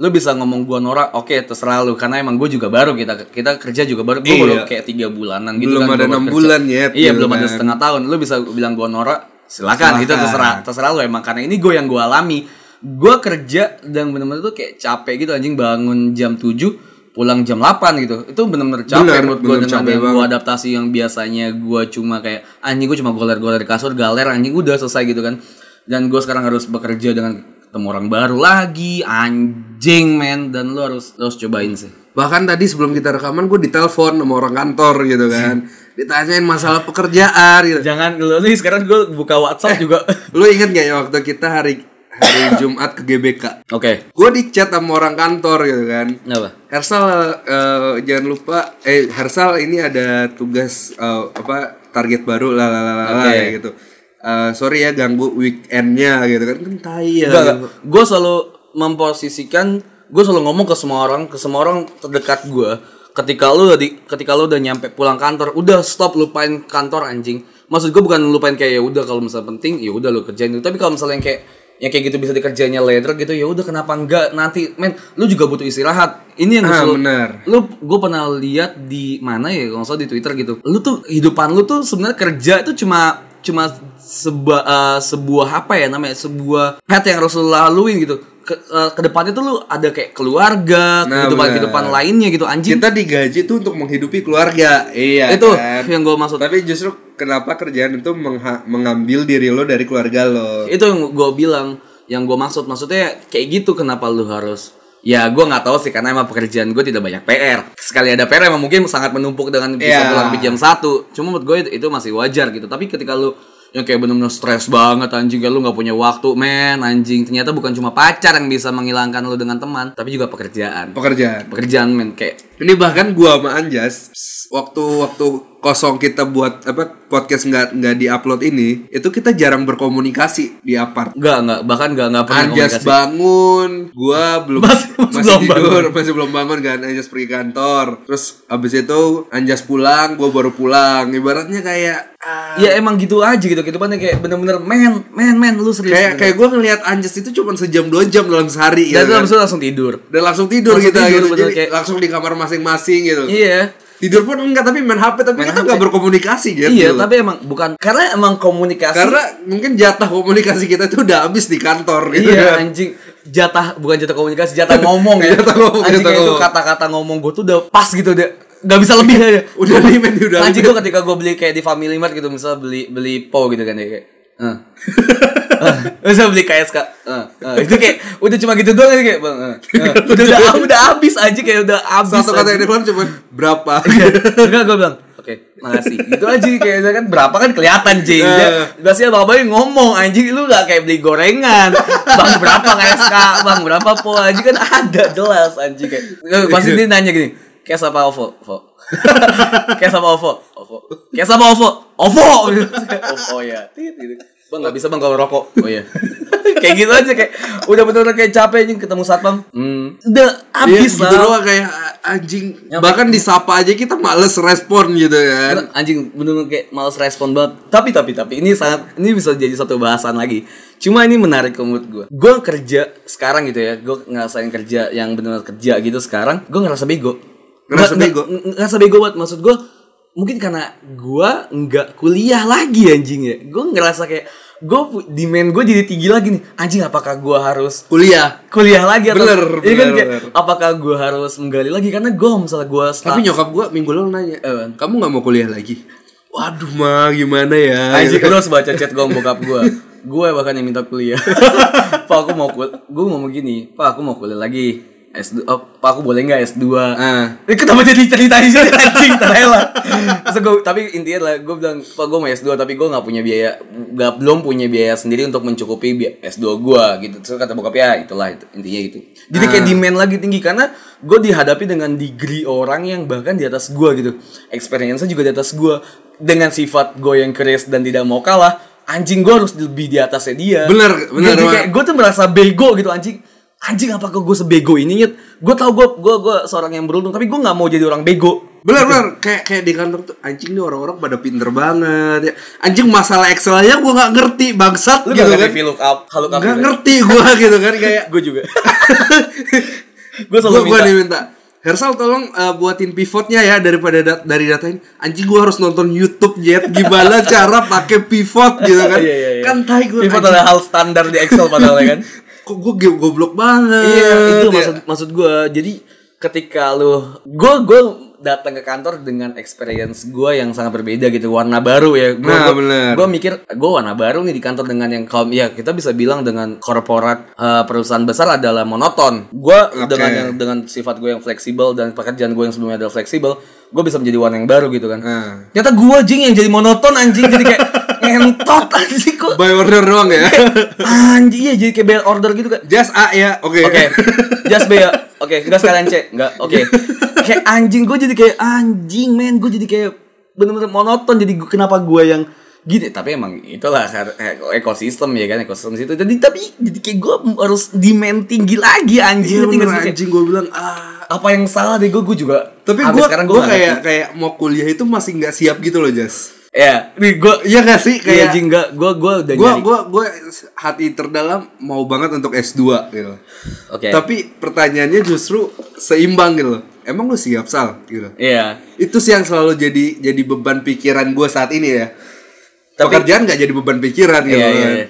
[SPEAKER 3] lu bisa ngomong gua norak oke terserah lu karena emang gue juga baru kita kita kerja juga baru gue
[SPEAKER 4] Iya.
[SPEAKER 3] baru kayak tiga bulanan gitu
[SPEAKER 4] Belum
[SPEAKER 3] kan
[SPEAKER 4] ada
[SPEAKER 3] gua baru
[SPEAKER 4] enam
[SPEAKER 3] kerja.
[SPEAKER 4] bulan Nyet,
[SPEAKER 3] iya
[SPEAKER 4] gitu
[SPEAKER 3] belum ada
[SPEAKER 4] kan.
[SPEAKER 3] setengah tahun lu bisa bilang gua norak silakan, itu
[SPEAKER 4] Silakan.
[SPEAKER 3] terserah terserah lu emang karena ini gue yang gue alami gue kerja dan bener-bener tuh kayak capek gitu anjing bangun jam 7 pulang jam 8 gitu itu bener-bener capek
[SPEAKER 4] Bener,
[SPEAKER 3] menurut gue
[SPEAKER 4] bener
[SPEAKER 3] dengan
[SPEAKER 4] capek
[SPEAKER 3] yang
[SPEAKER 4] banget.
[SPEAKER 3] gue adaptasi yang biasanya gue cuma kayak anjing gue cuma goler-goler di kasur galer anjing udah selesai gitu kan dan gue sekarang harus bekerja dengan ketemu orang baru lagi anjing men dan lo harus lo harus cobain sih
[SPEAKER 4] Bahkan tadi sebelum kita rekaman gue ditelepon sama orang kantor
[SPEAKER 3] [LAUGHS]
[SPEAKER 4] gitu kan. Ditanyain masalah pekerjaan gitu.
[SPEAKER 3] jangan lo nih sekarang gue buka WhatsApp juga oke
[SPEAKER 4] Lu inget gak ya waktu kita hari hari Jumat ke GBK? Gue di chat sama orang kantor gitu kan.
[SPEAKER 3] kenapa
[SPEAKER 4] Hersal eh, jangan lupa eh Hersal ini ada tugas eh, apa target baru lah lah lah lah, lah,
[SPEAKER 3] Oke.
[SPEAKER 4] kayak gitu. Eh, sorry ya ganggu weekendnya gitu kan kan tai ya.
[SPEAKER 3] Gue selalu memposisikan, gue selalu ngomong ke semua orang, ke semua orang terdekat gue. Ketika lu udah di, ketika lu udah nyampe pulang kantor, udah stop lupain kantor anjing. Maksud gue bukan lupain kayak ya udah kalau misalnya penting, ya udah lu kerjain itu. Tapi kalau misalnya yang kayak yang kayak gitu bisa dikerjainnya later gitu ya udah kenapa enggak nanti men lu juga butuh istirahat ini yang gue
[SPEAKER 4] Ah,
[SPEAKER 3] selalu
[SPEAKER 4] bener.
[SPEAKER 3] lu gue pernah lihat di mana ya kalau nggak salah di Twitter gitu lu tuh kehidupan lu tuh sebenarnya kerja itu cuma cuma seba, eh, sebuah apa ya namanya sebuah path yang harus lu laluin gitu ke eh, kedepannya tuh lu ada kayak keluarga
[SPEAKER 4] Nah,
[SPEAKER 3] kehidupan
[SPEAKER 4] bener.
[SPEAKER 3] kehidupan lainnya gitu anjing
[SPEAKER 4] Kita digaji tuh untuk menghidupi keluarga. Iya.
[SPEAKER 3] itu
[SPEAKER 4] kan?
[SPEAKER 3] yang gue maksud
[SPEAKER 4] Tapi justru kenapa kerjaan itu mengha- mengambil diri lo dari keluarga lo?
[SPEAKER 3] itu yang gue bilang yang gue maksud maksudnya kayak gitu kenapa lu harus ya gue nggak tahu sih karena emang pekerjaan gue tidak banyak PR sekali ada PR emang mungkin sangat menumpuk dengan bisa
[SPEAKER 4] Iya.
[SPEAKER 3] pulang sampai jam satu cuma menurut gue itu- itu masih wajar gitu tapi ketika lu yang kayak bener-bener stres banget anjing kayak lu nggak punya waktu men anjing ternyata bukan cuma pacar yang bisa menghilangkan lu dengan teman tapi juga pekerjaan
[SPEAKER 4] Pekerjaan.
[SPEAKER 3] pekerjaan men kayak
[SPEAKER 4] Ini bahkan gua sama Anjas waktu-waktu kosong kita buat apa podcast nggak nggak diupload ini itu kita jarang berkomunikasi di apart.
[SPEAKER 3] nggak nggak bahkan nggak nggak pernah
[SPEAKER 4] Anjas
[SPEAKER 3] komunikasi
[SPEAKER 4] bangun, gua belum
[SPEAKER 3] Masih-
[SPEAKER 4] masih,
[SPEAKER 3] masih belum
[SPEAKER 4] tidur, masih belum bangun kan. Anjas pergi kantor, terus abis itu Anjas pulang, gua baru pulang. Ibaratnya kayak ah,
[SPEAKER 3] ya emang gitu aja gitu kehidupannya kayak bener-bener men men men lu serius
[SPEAKER 4] kayak kayak gua ngelihat Anjas itu cuma sejam dua jam dalam sehari
[SPEAKER 3] dan
[SPEAKER 4] gitu
[SPEAKER 3] lu
[SPEAKER 4] kan.
[SPEAKER 3] langsung langsung tidur
[SPEAKER 4] Dan langsung tidur
[SPEAKER 3] Langsung
[SPEAKER 4] gitu,
[SPEAKER 3] tidur,
[SPEAKER 4] gitu.
[SPEAKER 3] betul,
[SPEAKER 4] Jadi
[SPEAKER 3] kayak-
[SPEAKER 4] langsung di kamar masing-masing gitu.
[SPEAKER 3] Iya.
[SPEAKER 4] Tidur pun enggak tapi main HP tapi kita nggak berkomunikasi gitu.
[SPEAKER 3] Iya, tapi emang bukan karena emang komunikasi.
[SPEAKER 4] karena mungkin jatah komunikasi kita itu udah habis di kantor
[SPEAKER 3] [LAUGHS]
[SPEAKER 4] gitu
[SPEAKER 3] iya
[SPEAKER 4] kan.
[SPEAKER 3] anjing
[SPEAKER 4] [LAUGHS]
[SPEAKER 3] jatah bukan jatah komunikasi, jatah ngomong ya.
[SPEAKER 4] Jatah ngomong,
[SPEAKER 3] anjing
[SPEAKER 4] jatah
[SPEAKER 3] kayak itu
[SPEAKER 4] ngomong.
[SPEAKER 3] kata-kata ngomong gue tuh udah pas gitu deh. Gak bisa lebih aja.
[SPEAKER 4] [LAUGHS] Udah limit, udah
[SPEAKER 3] Anjing
[SPEAKER 4] limit.
[SPEAKER 3] gue ketika gue beli kayak di Family Mart gitu, misal beli beli po gitu kan ya kayak.
[SPEAKER 4] [LAUGHS]
[SPEAKER 3] eh. Eh, misal beli KSK. eh, eh, itu kayak udah cuma gitu doang aja
[SPEAKER 4] [LAUGHS]
[SPEAKER 3] kayak bang. eh, eh. udah udah udah habis aja kayak udah habis.
[SPEAKER 4] gitu. Satu kata
[SPEAKER 3] aja.
[SPEAKER 4] yang dikeluarin cuma berapa?
[SPEAKER 3] Iya. Enggak gue bilang Oke, makasih. Itu aja kayaknya kan berapa kan kelihatan jing.
[SPEAKER 4] Eh.
[SPEAKER 3] Dia biasanya bapak ngomong anjing lu gak kayak beli gorengan. Bang berapa KSK? Bang berapa po? Anjing kan ada jelas anjing kayak. Eh, Pasti dia nanya gini. Kayak sama OVO, OVO. [LAUGHS] kayak sama OVO, OVO. Kayak sama OVO, OVO. [LAUGHS] Gitu. OVO ya. Tit, gitu. Bang gak bisa bang kalau rokok. Oh iya. [LAUGHS] kayak gitu aja kayak udah bener-bener kayak capek anjing ketemu satpam. Hmm. Udah
[SPEAKER 4] Iya,
[SPEAKER 3] abis Ya,
[SPEAKER 4] gitu
[SPEAKER 3] lah.
[SPEAKER 4] doang kayak a- anjing.
[SPEAKER 3] Yang-
[SPEAKER 4] Bahkan disapa aja kita males respon gitu kan.
[SPEAKER 3] Bener, anjing bener-bener kayak males respon banget tapi tapi tapi ini sangat ini bisa jadi satu bahasan lagi cuma ini menarik ke mood gue gue kerja sekarang gitu ya gue ngerasain kerja yang bener-bener kerja gitu sekarang gue ngerasa bego
[SPEAKER 4] Ngerasa
[SPEAKER 3] Nggak-
[SPEAKER 4] bego?
[SPEAKER 3] nggak- ngerasa bego banget maksud gue mungkin karena gue nggak kuliah lagi anjing ya gue ngerasa kayak gue demand gue jadi tinggi lagi nih anjing apakah gue harus
[SPEAKER 4] Kuliah.
[SPEAKER 3] kuliah lagi atau
[SPEAKER 4] Bener,
[SPEAKER 3] Iya kan
[SPEAKER 4] bener,
[SPEAKER 3] kayak,
[SPEAKER 4] bener.
[SPEAKER 3] apakah gue harus menggali lagi karena gue misalnya gue
[SPEAKER 4] Tapi nyokap gua minggu lalu nanya,
[SPEAKER 3] Eh, Bang.
[SPEAKER 4] "Kamu nggak mau kuliah lagi?" Waduh, mah gimana ya?
[SPEAKER 3] Anjing
[SPEAKER 4] Gitu.
[SPEAKER 3] lu harus baca chat gong bokap gue Gue bahkan yang minta
[SPEAKER 4] [LAUGHS]
[SPEAKER 3] kuliah Pak aku mau kul Gue ngomong gini Pak aku mau kuliah lagi S2 oh, Pak aku boleh gak S2
[SPEAKER 4] Ah.
[SPEAKER 3] Eh kenapa jadi cerita ini [LAUGHS] anjing terela gua, Tapi intinya adalah Gue bilang Pak gue mau S2 Tapi gue gak punya biaya gak, Belum punya biaya sendiri Untuk mencukupi bi- S2 gue gitu Terus kata bokap ya itulah itu, Intinya gitu Jadi kayak demand lagi tinggi Karena gue dihadapi dengan degree orang Yang bahkan di atas gue gitu Experience-nya juga di atas gue Dengan sifat gue yang keras Dan tidak mau kalah Anjing gue harus lebih di atasnya dia
[SPEAKER 4] Bener, bener,
[SPEAKER 3] Jadi
[SPEAKER 4] Mak.
[SPEAKER 3] kayak gue tuh merasa bego gitu anjing anjing apa gue sebego ini nyet gue tau gue gue gue seorang yang beruntung tapi gue nggak mau jadi orang bego
[SPEAKER 4] Bener bener kayak kayak di kantor tuh anjing nih orang-orang pada pinter banget ya. Anjing masalah Excel aja gua nggak ngerti bangsat
[SPEAKER 3] lu
[SPEAKER 4] gitu
[SPEAKER 3] gak
[SPEAKER 4] kan.
[SPEAKER 3] ngerti look up halo up
[SPEAKER 4] Nggak ngerti gua gitu kan
[SPEAKER 3] [LAUGHS]
[SPEAKER 4] kayak
[SPEAKER 3] gue
[SPEAKER 4] [LAUGHS]
[SPEAKER 3] juga gue
[SPEAKER 4] gua
[SPEAKER 3] selalu
[SPEAKER 4] gua
[SPEAKER 3] minta
[SPEAKER 4] diminta Hersal tolong eh, buatin pivotnya ya daripada dat- dari datain anjing gua harus nonton YouTube Jet
[SPEAKER 3] [LAUGHS]
[SPEAKER 4] gimana cara pakai pivot gitu kan.
[SPEAKER 3] Iya, iya, iya.
[SPEAKER 4] Kan tai gua.
[SPEAKER 3] Pivot
[SPEAKER 4] anjing,
[SPEAKER 3] adalah hal standar di Excel padahal ya kan
[SPEAKER 4] [LAUGHS] Kok gua ge- goblok banget.
[SPEAKER 3] Iya, itu
[SPEAKER 4] ya.
[SPEAKER 3] maksud maksud gue. Jadi ketika lu gue gue datang ke kantor dengan experience gue yang sangat berbeda gitu warna baru ya gue
[SPEAKER 4] Nah, bener.
[SPEAKER 3] gue mikir gue warna baru nih di kantor dengan yang kaum ya kita bisa bilang dengan korporat eh, perusahaan besar adalah monoton gue
[SPEAKER 4] Oke.
[SPEAKER 3] dengan yang dengan sifat gue yang fleksibel dan pekerjaan gue yang sebelumnya adalah fleksibel gue bisa menjadi warna yang baru gitu kan
[SPEAKER 4] Nah.
[SPEAKER 3] ternyata gue jing yang jadi monoton anjing jadi
[SPEAKER 4] [LAUGHS]
[SPEAKER 3] kayak ngentot anjing kok
[SPEAKER 4] By order
[SPEAKER 3] [LAUGHS]
[SPEAKER 4] doang ya.
[SPEAKER 3] anjing ya jadi kayak bayar order gitu kan
[SPEAKER 4] Just A ya. Oke.
[SPEAKER 3] Oke, just be ya. Oke, enggak sekalian C, enggak. Oke. Kayak anjing gue jadi kayak anjing men, gue jadi kayak bener-bener monoton jadi gua- kenapa gue yang gini tapi emang itulah kar- eh, ekosistem ya kan ekosistem situ jadi tapi jadi kayak gue harus demand tinggi lagi anjing
[SPEAKER 4] [LAUGHS] Iya
[SPEAKER 3] ngerti
[SPEAKER 4] bener,
[SPEAKER 3] nggak sih? Kayak,
[SPEAKER 4] anjing gua bilang ah
[SPEAKER 3] apa yang salah deh gue gue juga
[SPEAKER 4] Tapi
[SPEAKER 3] sampai
[SPEAKER 4] gue
[SPEAKER 3] sekarang
[SPEAKER 4] gue
[SPEAKER 3] gak
[SPEAKER 4] kayak
[SPEAKER 3] ngerti.
[SPEAKER 4] kayak mau kuliah itu masih nggak siap gitu loh Jas.
[SPEAKER 3] ya nih gue
[SPEAKER 4] Iya gak sih
[SPEAKER 3] kayak
[SPEAKER 4] kayak
[SPEAKER 3] anjing enggak gue gue udah
[SPEAKER 4] gue
[SPEAKER 3] nyari
[SPEAKER 4] gue gue hati terdalam mau banget untuk S2 gitu.
[SPEAKER 3] oke
[SPEAKER 4] Tapi pertanyaannya justru seimbang gitu loh. Emang lu siap Sal gitu.
[SPEAKER 3] iya
[SPEAKER 4] Itu sih yang selalu jadi jadi beban pikiran gue saat ini ya.
[SPEAKER 3] Tapi-
[SPEAKER 4] Pekerjaan nggak jadi beban pikiran gitu.
[SPEAKER 3] Iya
[SPEAKER 4] kan.
[SPEAKER 3] iya iya.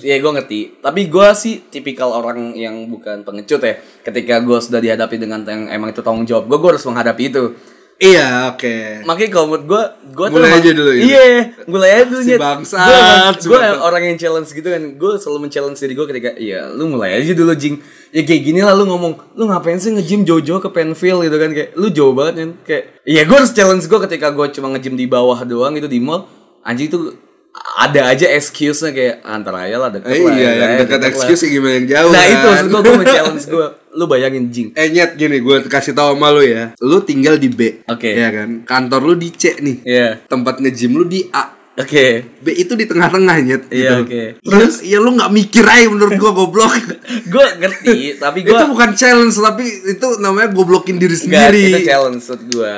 [SPEAKER 3] Iya gue ngerti. Tapi gue sih tipikal orang yang bukan pengecut ya. Ketika gue sudah dihadapi dengan yang emang itu tanggung jawab gue, gue harus menghadapi itu.
[SPEAKER 4] Iya, oke.
[SPEAKER 3] Makanya kalau menurut gue, gue
[SPEAKER 4] Mulai aja dulu, gitu.
[SPEAKER 3] Iya, mulai aja dulu.
[SPEAKER 4] Si
[SPEAKER 3] Nyet.
[SPEAKER 4] bangsat,
[SPEAKER 3] Gue emang-
[SPEAKER 4] si
[SPEAKER 3] gue
[SPEAKER 4] bangsat.
[SPEAKER 3] orang yang challenge gitu kan. Gue selalu men-challenge diri gue ketika, iya lu mulai aja dulu jing. Ya kayak gini lah lu ngomong, lu ngapain sih nge-gym jauh-jauh ke Penfield gitu kan. Kayak lu jauh banget kan. Kayak, iya gue harus challenge gue ketika gue cuma nge-gym di bawah doang gitu di mall. Anjing itu ada aja excuse-nya kayak antara aja lah deket
[SPEAKER 4] Eh,
[SPEAKER 3] lah.
[SPEAKER 4] iya,
[SPEAKER 3] ya,
[SPEAKER 4] yang dekat
[SPEAKER 3] deket lah.
[SPEAKER 4] excuse gimana yang jauh.
[SPEAKER 3] Nah
[SPEAKER 4] kan.
[SPEAKER 3] itu maksud gue, gue men-challenge gue. Lu bayangin jing.
[SPEAKER 4] [LAUGHS] Eh Nyet, gini gue kasih tahu sama lu ya Lu tinggal di B
[SPEAKER 3] Oke.
[SPEAKER 4] Ya kan Kantor lu di C nih
[SPEAKER 3] Iya.
[SPEAKER 4] Tempat nge-gym lu di A
[SPEAKER 3] Oke.
[SPEAKER 4] B itu di tengah-tengah Nyet gitu.
[SPEAKER 3] Iya, oke.
[SPEAKER 4] Terus ya lu gak mikir aja menurut gue goblok
[SPEAKER 3] [LAUGHS] Gue ngerti, tapi gue
[SPEAKER 4] Itu bukan challenge tapi itu namanya goblokin diri
[SPEAKER 3] Enggak, itu
[SPEAKER 4] sendiri
[SPEAKER 3] challenge menurut gue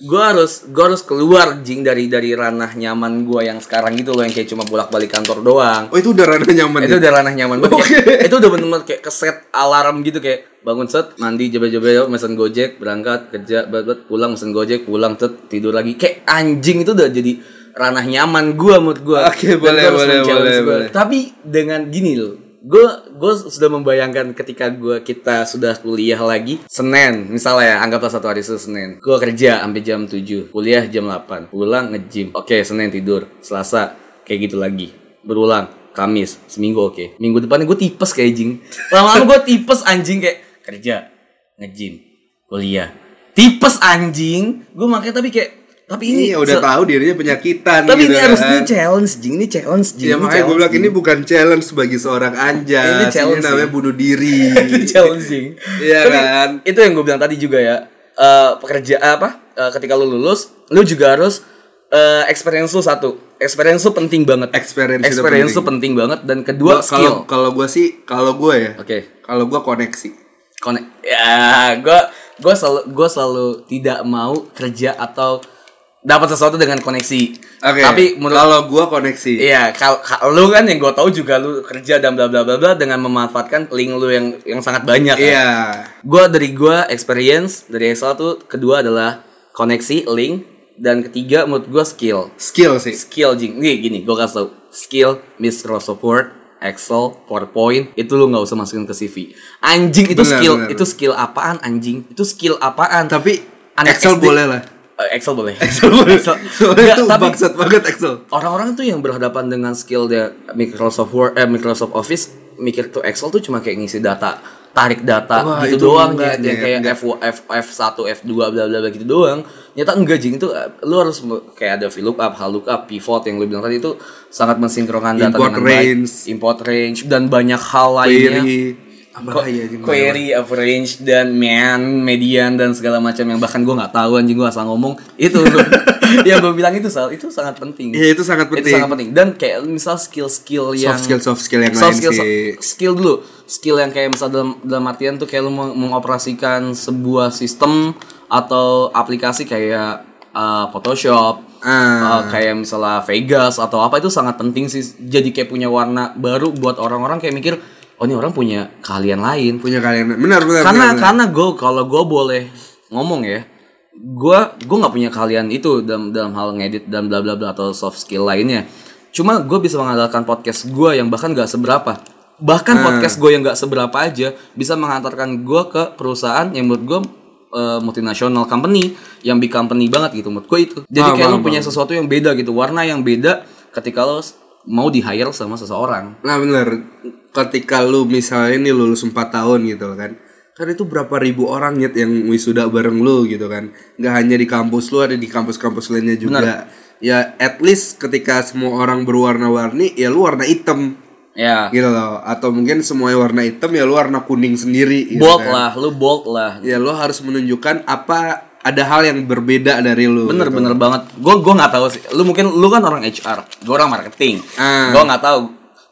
[SPEAKER 3] gue harus gue harus keluar jing dari dari ranah nyaman gue yang sekarang gitu loh yang kayak cuma bolak balik kantor doang
[SPEAKER 4] Oh itu udah rada nyaman
[SPEAKER 3] itu
[SPEAKER 4] ya?
[SPEAKER 3] udah ranah nyaman banget Kayak- itu udah bener-bener kayak keset alarm gitu kayak bangun set mandi jebel-jebel mesen gojek berangkat kerja bet bet, pulang mesen gojek pulang set tidur lagi kayak anjing itu udah jadi ranah nyaman gue menurut gue
[SPEAKER 4] Oke, boleh, boleh, boleh, boleh.
[SPEAKER 3] tapi dengan gini loh gue gue sudah membayangkan ketika gue kita sudah kuliah lagi Senin misalnya ya anggaplah satu hari itu Senin gue kerja sampai jam 7 kuliah jam 8 pulang nge-gym oke Senin tidur Selasa kayak gitu lagi berulang Kamis seminggu oke minggu depannya gue tipes kayak jing lama-lama gue tipes anjing kayak kerja nge-gym kuliah tipes anjing gue makanya tapi kayak tapi ini
[SPEAKER 4] Ini Iya, udah
[SPEAKER 3] se-
[SPEAKER 4] tahu dirinya penyakitan
[SPEAKER 3] tapi
[SPEAKER 4] gitu
[SPEAKER 3] ini harus
[SPEAKER 4] kan.
[SPEAKER 3] ini challenge jing ini challenge jing
[SPEAKER 4] Ya
[SPEAKER 3] ini
[SPEAKER 4] makanya gue
[SPEAKER 3] challenge,
[SPEAKER 4] bilang
[SPEAKER 3] Jing.
[SPEAKER 4] ini bukan challenge bagi seorang anjas
[SPEAKER 3] Ini
[SPEAKER 4] Ini,
[SPEAKER 3] challenge
[SPEAKER 4] namanya
[SPEAKER 3] sih.
[SPEAKER 4] bunuh
[SPEAKER 3] [LAUGHS]
[SPEAKER 4] diri
[SPEAKER 3] Itu challenging.
[SPEAKER 4] Iya
[SPEAKER 3] Tapi
[SPEAKER 4] kan?
[SPEAKER 3] Itu yang gue bilang tadi juga ya. Eh, pekerja apa? eh, ketika lu lulus, lu juga harus eh, experience lu satu. Experience lu penting banget.
[SPEAKER 4] Experience itu
[SPEAKER 3] Experience lu
[SPEAKER 4] penting.
[SPEAKER 3] penting banget dan kedua
[SPEAKER 4] Gua-
[SPEAKER 3] skill.
[SPEAKER 4] Kalau kalau gue sih Kalau gue ya
[SPEAKER 3] Oke.
[SPEAKER 4] Kalau gue koneksi
[SPEAKER 3] Connect. Ya, gue gue selalu gue selalu tidak mau kerja atau dapat sesuatu dengan koneksi.
[SPEAKER 4] Oke
[SPEAKER 3] Tapi menurut
[SPEAKER 4] Kalau gue koneksi
[SPEAKER 3] Iya, kalau lu kan yang gue tahu juga lu kerja dan bla bla bla bla dengan memanfaatkan link lu yang yang sangat banyak. kan?
[SPEAKER 4] Iya
[SPEAKER 3] Gua dari gua experience dari Excel tuh kedua adalah koneksi link dan ketiga menurut gua skill
[SPEAKER 4] Skill sih
[SPEAKER 3] skill jing nih gini gua kasih tau skill Microsoft Word Excel PowerPoint itu lu nggak usah masukin ke CV anjing itu
[SPEAKER 4] Benar,
[SPEAKER 3] skill
[SPEAKER 4] benar,
[SPEAKER 3] itu skill apaan anjing itu skill apaan
[SPEAKER 4] Tapi
[SPEAKER 3] Anak
[SPEAKER 4] Excel
[SPEAKER 3] SD.
[SPEAKER 4] boleh lah
[SPEAKER 3] Eh, Excel boleh
[SPEAKER 4] Excel boleh
[SPEAKER 3] Excel.
[SPEAKER 4] [LAUGHS] Soalnya
[SPEAKER 3] Nggak,
[SPEAKER 4] itu
[SPEAKER 3] tapi
[SPEAKER 4] bangsat banget Excel
[SPEAKER 3] orang-orang tuh yang berhadapan dengan skill dia Microsoft Word eh Microsoft Office mikir tuh Excel tuh cuma kayak ngisi data tarik data
[SPEAKER 4] Wah, itu
[SPEAKER 3] gitu doang
[SPEAKER 4] enggak,
[SPEAKER 3] kayak,
[SPEAKER 4] Jet,
[SPEAKER 3] kayak
[SPEAKER 4] enggak.
[SPEAKER 3] F F F1 F2 bla bla bla gitu doang nyata enggak jing itu eh, lu harus me- kayak ada VLOOKUP HLOOKUP pivot yang lu bilang tadi itu sangat mensinkronkan data
[SPEAKER 4] Import
[SPEAKER 3] dengan baik.
[SPEAKER 4] range.
[SPEAKER 3] import range dan banyak hal lainnya
[SPEAKER 4] Query ya,
[SPEAKER 3] Ko-
[SPEAKER 4] Apa lagi anjing?
[SPEAKER 3] query, average, dan mean, median, dan segala macam yang bahkan gue nggak tahu anjing gue asal ngomong itu
[SPEAKER 4] [LAUGHS]
[SPEAKER 3] lu. ya gue bilang itu Sal, itu sangat penting
[SPEAKER 4] Iya, itu sangat penting.
[SPEAKER 3] sangat penting dan kayak misal skill-skill yang
[SPEAKER 4] Soft skill soft skill yang
[SPEAKER 3] soft
[SPEAKER 4] lain
[SPEAKER 3] skill
[SPEAKER 4] sih
[SPEAKER 3] skill dulu skill yang kayak misal dalam dalam artian tuh kayak lu meng- mengoperasikan sebuah sistem atau aplikasi kayak uh, Photoshop
[SPEAKER 4] Ah.
[SPEAKER 3] uh, kayak misalnya Vegas atau apa itu sangat penting sih jadi kayak punya warna baru buat orang-orang kayak mikir oh ini orang punya keahlian lain
[SPEAKER 4] Punya kalian Benar benar
[SPEAKER 3] karena
[SPEAKER 4] benar, benar.
[SPEAKER 3] karena gue kalau gue boleh ngomong ya gue gue nggak punya kalian itu dalam dalam hal ngedit dan bla bla bla atau soft skill lainnya cuma gue bisa mengandalkan podcast gue yang bahkan gak seberapa bahkan podcast gue yang gak seberapa aja bisa mengantarkan gue ke perusahaan yang menurut gue multinational company yang big company banget gitu menurut gue itu jadi
[SPEAKER 4] Paham,
[SPEAKER 3] kayak lo
[SPEAKER 4] paham,
[SPEAKER 3] punya sesuatu yang beda gitu warna yang beda ketika lo s- mau di hire sama seseorang
[SPEAKER 4] Nah bener Ketika lu misalnya nih lulus 4 tahun gitu kan Kan itu berapa ribu orang nyet yang wisuda bareng lu gitu kan Nggak hanya di kampus lu ada di kampus-kampus lainnya juga Ya at least ketika semua orang berwarna-warni ya lu warna hitam
[SPEAKER 3] ya
[SPEAKER 4] gitu loh Atau mungkin semuanya warna hitam ya lu warna kuning sendiri gitu
[SPEAKER 3] bold
[SPEAKER 4] kan.
[SPEAKER 3] lah lo bold lah
[SPEAKER 4] Ya lu harus menunjukkan apa ada hal yang berbeda dari lu
[SPEAKER 3] bener
[SPEAKER 4] gitu.
[SPEAKER 3] bener banget gue gue nggak tahu sih lu mungkin lu kan orang HR gue orang marketing
[SPEAKER 4] Ah.
[SPEAKER 3] gue nggak tahu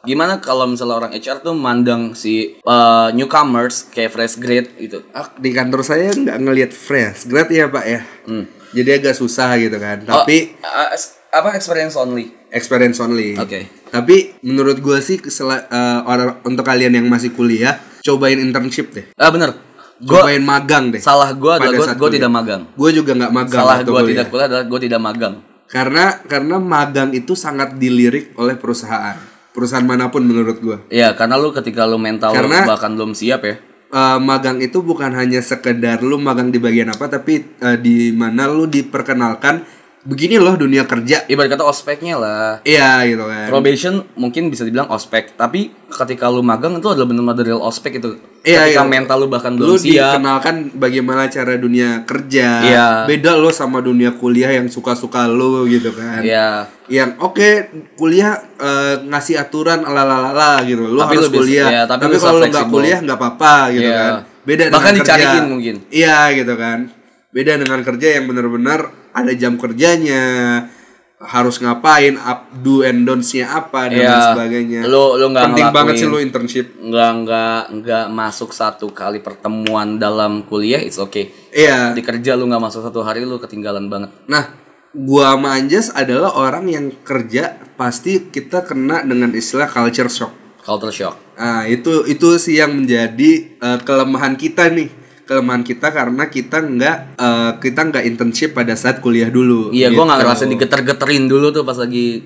[SPEAKER 3] gimana kalau misalnya orang HR tuh mandang si uh, newcomers kayak fresh grade gitu
[SPEAKER 4] Ah, di kantor saya nggak ngelihat fresh grad ya pak ya Jadi agak susah gitu kan Tapi
[SPEAKER 3] Hmm. Oh, uh, es- apa experience only
[SPEAKER 4] experience only.
[SPEAKER 3] Oke.
[SPEAKER 4] Tapi menurut gua sih kesela- eh, orang untuk kalian yang masih kuliah, cobain internship deh.
[SPEAKER 3] ah bener gue
[SPEAKER 4] Cobain magang deh.
[SPEAKER 3] salah gue
[SPEAKER 4] Pada
[SPEAKER 3] adalah gue
[SPEAKER 4] saat kuliah.
[SPEAKER 3] tidak magang
[SPEAKER 4] Gua juga nggak magang
[SPEAKER 3] salah
[SPEAKER 4] waktu
[SPEAKER 3] gue
[SPEAKER 4] kuliah.
[SPEAKER 3] tidak kuliah adalah gue tidak magang
[SPEAKER 4] Karena karena magang itu sangat dilirik oleh perusahaan. Perusahaan manapun menurut gua.
[SPEAKER 3] ya karena lu ketika lu mental lu
[SPEAKER 4] Karena-
[SPEAKER 3] bahkan belum siap ya
[SPEAKER 4] Eh, magang itu bukan hanya sekedar lu magang di bagian apa, tapi eh, di mana lu diperkenalkan begini loh dunia kerja.
[SPEAKER 3] ibarat kata ospeknya lah
[SPEAKER 4] Iya gitu kan.
[SPEAKER 3] Probation mungkin bisa dibilang ospek, tapi ketika lu magang itu adalah benar-benar dari real ospek itu.
[SPEAKER 4] Iya,
[SPEAKER 3] ketika
[SPEAKER 4] iya.
[SPEAKER 3] mental lu bahkan
[SPEAKER 4] lu
[SPEAKER 3] belum siap.
[SPEAKER 4] dikenalkan bagaimana cara dunia kerja
[SPEAKER 3] Iya.
[SPEAKER 4] beda lo sama dunia kuliah yang suka-suka lo gitu kan
[SPEAKER 3] Iya.
[SPEAKER 4] yang oke kuliah eh, ngasih aturan ala ala ala gitu lo
[SPEAKER 3] Tapi
[SPEAKER 4] harus
[SPEAKER 3] lu bisa-
[SPEAKER 4] kuliah
[SPEAKER 3] iya, tapi
[SPEAKER 4] tapi,
[SPEAKER 3] lu bisa
[SPEAKER 4] kalau lo nggak
[SPEAKER 3] fleksibel.
[SPEAKER 4] kuliah nggak apa-apa gitu
[SPEAKER 3] Iya.
[SPEAKER 4] kan beda
[SPEAKER 3] Bahkan
[SPEAKER 4] dengan kerja.
[SPEAKER 3] dicariin mungkin.
[SPEAKER 4] iya gitu kan beda dengan kerja yang benar-benar ada jam kerjanya harus ngapain up do and don'ts-nya apa dan lain
[SPEAKER 3] Iya.
[SPEAKER 4] sebagainya
[SPEAKER 3] Lu- lu nggak
[SPEAKER 4] penting banget
[SPEAKER 3] ngelakuin.
[SPEAKER 4] sih lo internship
[SPEAKER 3] Nggak nggak nggak masuk satu kali pertemuan dalam kuliah, it's okay.
[SPEAKER 4] iya
[SPEAKER 3] Di kerja lu nggak masuk satu hari lu ketinggalan banget.
[SPEAKER 4] Nah, gua sama Anjas adalah orang yang kerja pasti kita kena dengan istilah culture shock.
[SPEAKER 3] Culture shock.
[SPEAKER 4] Nah, itu itu sih yang menjadi eh, kelemahan kita nih. Kelemahan kita karena kita nggak eh, kita nggak internship pada saat kuliah dulu.
[SPEAKER 3] Iya, gua nggak
[SPEAKER 4] Gitu.
[SPEAKER 3] ngerasain digeter-geterin dulu tuh pas lagi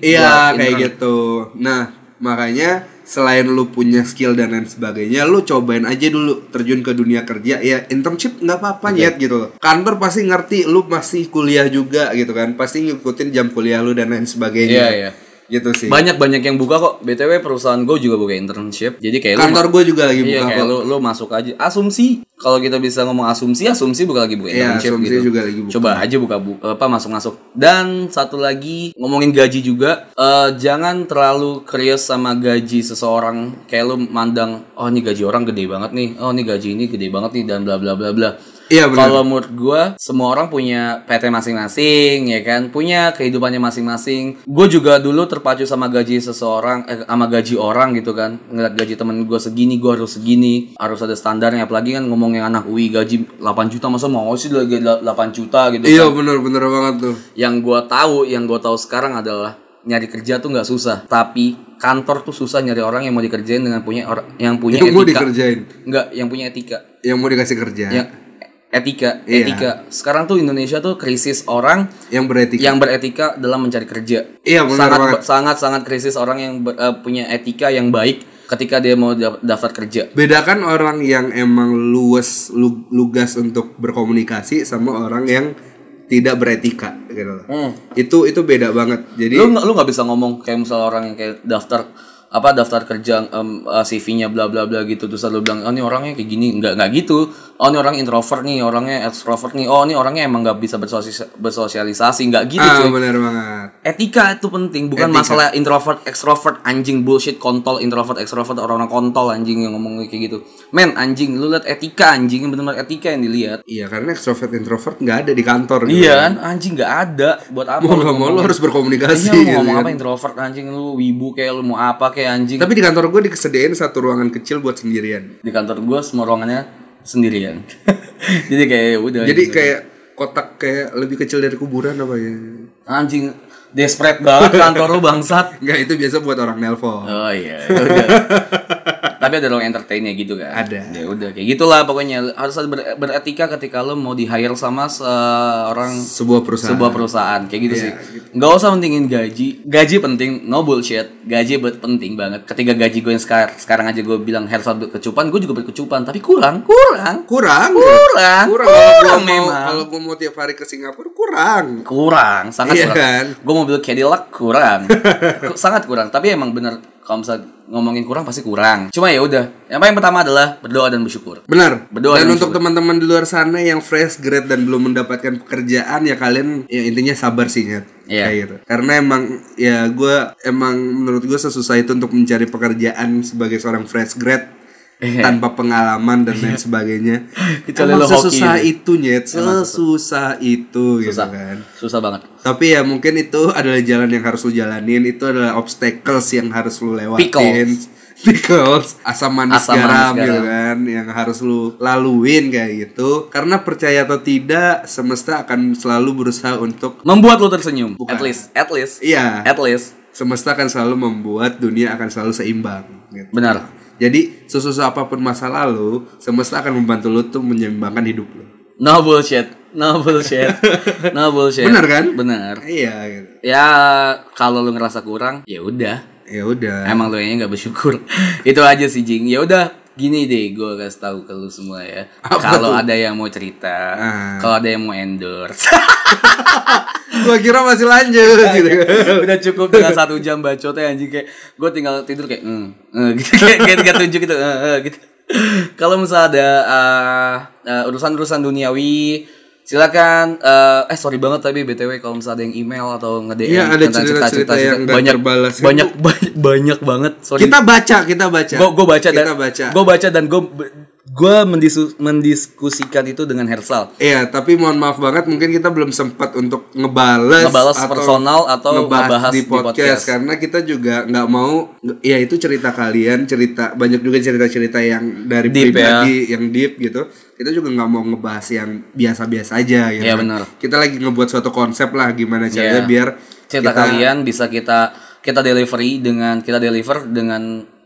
[SPEAKER 3] gua
[SPEAKER 4] Iya, kayak
[SPEAKER 3] intern.
[SPEAKER 4] gitu. Nah, makanya selain lu punya skill dan lain sebagainya lu cobain aja dulu terjun ke dunia kerja ya internship nggak apa-apa nyet gitu loh kantor pasti ngerti lu masih kuliah juga gitu kan pasti ngikutin jam kuliah lu dan lain sebagainya
[SPEAKER 3] Iya, iya.
[SPEAKER 4] gitu sih
[SPEAKER 3] Banyak banyak yang buka kok. BTW perusahaan gue juga buka internship. Jadi kayak ya, lu
[SPEAKER 4] kantor gue juga lagi
[SPEAKER 3] Iya
[SPEAKER 4] buka
[SPEAKER 3] kayak
[SPEAKER 4] kok.
[SPEAKER 3] lu, lu masuk aja asumsi kalau kita bisa ngomong asumsi asumsi buka lagi buka
[SPEAKER 4] Iya,
[SPEAKER 3] internship
[SPEAKER 4] asumsi
[SPEAKER 3] gitu
[SPEAKER 4] juga lagi buka.
[SPEAKER 3] coba aja buka bu apa masuk masuk dan satu lagi ngomongin gaji juga eh, jangan terlalu curious sama gaji seseorang kayak lu mandang oh ini gaji orang gede banget nih oh ini gaji ini gede banget nih dan bla bla bla bla
[SPEAKER 4] Iya, benar.
[SPEAKER 3] kalau menurut gua semua orang punya PT masing-masing ya kan punya kehidupannya masing-masing gue juga dulu terpacu sama gaji seseorang eh, sama gaji orang gitu kan ngeliat gaji temen gue segini gue harus segini harus ada standarnya apalagi kan ngomong yang anak UI gaji 8 juta masa mau sih lagi 8 juta gitu
[SPEAKER 4] iya
[SPEAKER 3] kan
[SPEAKER 4] bener bener banget tuh
[SPEAKER 3] yang gua tahu yang gua tahu sekarang adalah nyari kerja tuh nggak susah tapi kantor tuh susah nyari orang yang mau dikerjain dengan punya orang yang punya
[SPEAKER 4] itu
[SPEAKER 3] Iya,
[SPEAKER 4] mau
[SPEAKER 3] etika
[SPEAKER 4] dikerjain
[SPEAKER 3] nggak yang punya etika
[SPEAKER 4] yang mau dikasih kerja
[SPEAKER 3] ya etika
[SPEAKER 4] Iya.
[SPEAKER 3] etika sekarang tuh Indonesia tuh krisis orang
[SPEAKER 4] yang beretika
[SPEAKER 3] yang beretika dalam mencari kerja
[SPEAKER 4] Iya, benar
[SPEAKER 3] sangat
[SPEAKER 4] banget.
[SPEAKER 3] sangat sangat krisis orang yang ber- eh, punya etika yang baik ketika dia mau da- daftar kerja
[SPEAKER 4] bedakan orang yang emang luwes lu- lugas untuk berkomunikasi sama orang yang tidak beretika gitu loh. Itu itu beda banget. Jadi
[SPEAKER 3] Hmm. lu nggak- lu nggak bisa ngomong kayak misalnya orang yang kayak daftar apa daftar kerja em, eh, CV-nya bla bla bla gitu terus lu bilang oh ini orangnya kayak gini nggak nggak gitu oh ini orang introvert nih orangnya extrovert nih oh ini orangnya emang nggak bisa bersosis- bersosialisasi nggak gitu
[SPEAKER 4] ah
[SPEAKER 3] cuy
[SPEAKER 4] benar banget.
[SPEAKER 3] Etika itu penting, bukan masalah introvert extrovert anjing bullshit kontol introvert extrovert orang-orang kontol anjing yang ngomong kayak gitu. Men anjing, lu liat etika anjing, benar-benar etika yang dilihat.
[SPEAKER 4] Iya, karena extrovert introvert nggak ada di kantor gitu.
[SPEAKER 3] Iya kan? Anjing nggak ada buat apa?
[SPEAKER 4] Mau nggak mau lo harus berkomunikasi
[SPEAKER 3] Iya,
[SPEAKER 4] gitu
[SPEAKER 3] mau ngomong
[SPEAKER 4] kan.
[SPEAKER 3] apa introvert anjing lu wibu kayak lu mau apa kayak anjing.
[SPEAKER 4] Tapi di kantor gue disediain satu ruangan kecil buat sendirian.
[SPEAKER 3] Di kantor gua semua ruangannya sendirian. [LAUGHS] Jadi kayak ya udah
[SPEAKER 4] Jadi kayak kotak kayak lebih kecil dari kuburan apa ya?
[SPEAKER 3] anjing desperate banget kantor lu bangsat.
[SPEAKER 4] Enggak, itu biasa buat orang nelpon.
[SPEAKER 3] Oh iya,
[SPEAKER 4] [LAUGHS]
[SPEAKER 3] ya udah. Tapi ada ruang entertainnya gitu kan?
[SPEAKER 4] Ada.
[SPEAKER 3] Ya udah kayak gitulah pokoknya harus ada ber- beretika ketika lo mau di hire sama seorang
[SPEAKER 4] Sebuah perusahaan. Iya,
[SPEAKER 3] sebuah perusahaan kayak gitu sih. Nggak usah pentingin gaji. Gaji penting, no bullshit. Gaji buat penting banget. Ketika gaji gue yang sekarang sekarang aja gue bilang hair salon kecupan, gue juga berkecupan tapi kurang, kurang,
[SPEAKER 4] kurang.
[SPEAKER 3] kurang,
[SPEAKER 4] Kurang,
[SPEAKER 3] kurang
[SPEAKER 4] kalau gue mau
[SPEAKER 3] memang.
[SPEAKER 4] kalau gue mau tiap hari ke Singapura kurang.
[SPEAKER 3] kurang sangat
[SPEAKER 4] Iya
[SPEAKER 3] kurang
[SPEAKER 4] kan?
[SPEAKER 3] gue mobil Cadillac kurang Ku- sangat kurang tapi emang bener kalau misalnya ngomongin kurang pasti kurang cuma ya udah yang paling pertama adalah berdoa dan bersyukur
[SPEAKER 4] Benar.
[SPEAKER 3] Berdoa
[SPEAKER 4] dan
[SPEAKER 3] dan
[SPEAKER 4] untuk teman-teman di luar sana yang fresh grad dan belum mendapatkan pekerjaan ya kalian ya intinya sabar sih Nyet.
[SPEAKER 3] Iya.
[SPEAKER 4] Kayak gitu. Karena emang ya gue emang menurut gue sesusah itu untuk mencari pekerjaan sebagai seorang fresh grad tanpa pengalaman dan lain sebagainya.
[SPEAKER 3] Iya. Kecuali lo
[SPEAKER 4] emang
[SPEAKER 3] hoki
[SPEAKER 4] sesusah
[SPEAKER 3] gitu.
[SPEAKER 4] itu Nyet, sesusah itu gitu
[SPEAKER 3] susah
[SPEAKER 4] kan.
[SPEAKER 3] susah banget
[SPEAKER 4] Tapi ya mungkin itu adalah jalan yang harus lu jalanin, itu adalah obstacles yang harus lu lewatin.
[SPEAKER 3] Pickles.
[SPEAKER 4] [LAUGHS] Pickles, asam manis
[SPEAKER 3] Asam
[SPEAKER 4] garam
[SPEAKER 3] manis
[SPEAKER 4] gitu
[SPEAKER 3] garam.
[SPEAKER 4] kan yang harus lu laluin kayak gitu. Karena percaya atau tidak, semesta akan selalu berusaha untuk
[SPEAKER 3] membuat lo tersenyum at least at least
[SPEAKER 4] iya,
[SPEAKER 3] at least
[SPEAKER 4] semesta akan selalu membuat dunia akan selalu seimbang gitu.
[SPEAKER 3] benar
[SPEAKER 4] Jadi, sesusah apapun masa lalu, semesta akan membantu lu tuh menyeimbangkan hidup lu.
[SPEAKER 3] no bullshit no bullshit
[SPEAKER 4] [LAUGHS]
[SPEAKER 3] no bullshit
[SPEAKER 4] Benar kan?
[SPEAKER 3] benar
[SPEAKER 4] Iya gitu.
[SPEAKER 3] ya kalau lo ngerasa kurang ya udah
[SPEAKER 4] Ya udah.
[SPEAKER 3] Emang lu kayaknya nggak bersyukur. [LAUGHS] itu aja sih Jing. Ya udah, gini deh gue kasih tahu ke lu semua ya. Kalau ada yang mau cerita,
[SPEAKER 4] Ah.
[SPEAKER 3] kalau ada yang mau
[SPEAKER 4] [LAUGHS]
[SPEAKER 3] endorse.
[SPEAKER 4] Gua kira masih lanjut
[SPEAKER 3] Iya,
[SPEAKER 4] gitu. kan.
[SPEAKER 3] udah cukup dengan satu jam bacotnya anjing kayak gue tinggal tidur kayak "Hmm, [LAUGHS] eh," gitu kayak kayak nggak tunjuk gitu "Eh, eh," gitu. [LAUGHS] Kalau misalnya ada ah, eh, urusan-urusan duniawi silakan eh, eh sorry banget tapi btw kalau misalnya ada yang email atau nge DM
[SPEAKER 4] Iya, ada cerita-cerita yang nggak
[SPEAKER 3] banyak
[SPEAKER 4] terbalas. gitu.
[SPEAKER 3] banyak [LAUGHS] banyak banyak banget sorry
[SPEAKER 4] Kita baca, kita baca.
[SPEAKER 3] gue gue baca dan
[SPEAKER 4] kita baca.
[SPEAKER 3] gue baca dan gue gue mendiskusikan itu dengan Hersal
[SPEAKER 4] Iya, tapi mohon maaf banget mungkin kita belum sempat untuk ngebales,
[SPEAKER 3] Ngebales personal atau
[SPEAKER 4] ngebahas
[SPEAKER 3] ngebahas
[SPEAKER 4] di
[SPEAKER 3] di
[SPEAKER 4] podcast,
[SPEAKER 3] podcast.
[SPEAKER 4] karena kita juga nggak mau ya itu cerita kalian, cerita banyak juga cerita-cerita yang dari
[SPEAKER 3] Deep, ya.
[SPEAKER 4] pribadi yang deep gitu. Kita juga nggak mau ngebahas yang biasa-biasa aja gitu.
[SPEAKER 3] Iya,
[SPEAKER 4] kan.
[SPEAKER 3] benar.
[SPEAKER 4] Kita lagi ngebuat suatu konsep lah gimana caranya
[SPEAKER 3] Iya.
[SPEAKER 4] biar
[SPEAKER 3] cerita
[SPEAKER 4] kita-
[SPEAKER 3] kalian bisa kita kita delivery dengan kita deliver dengan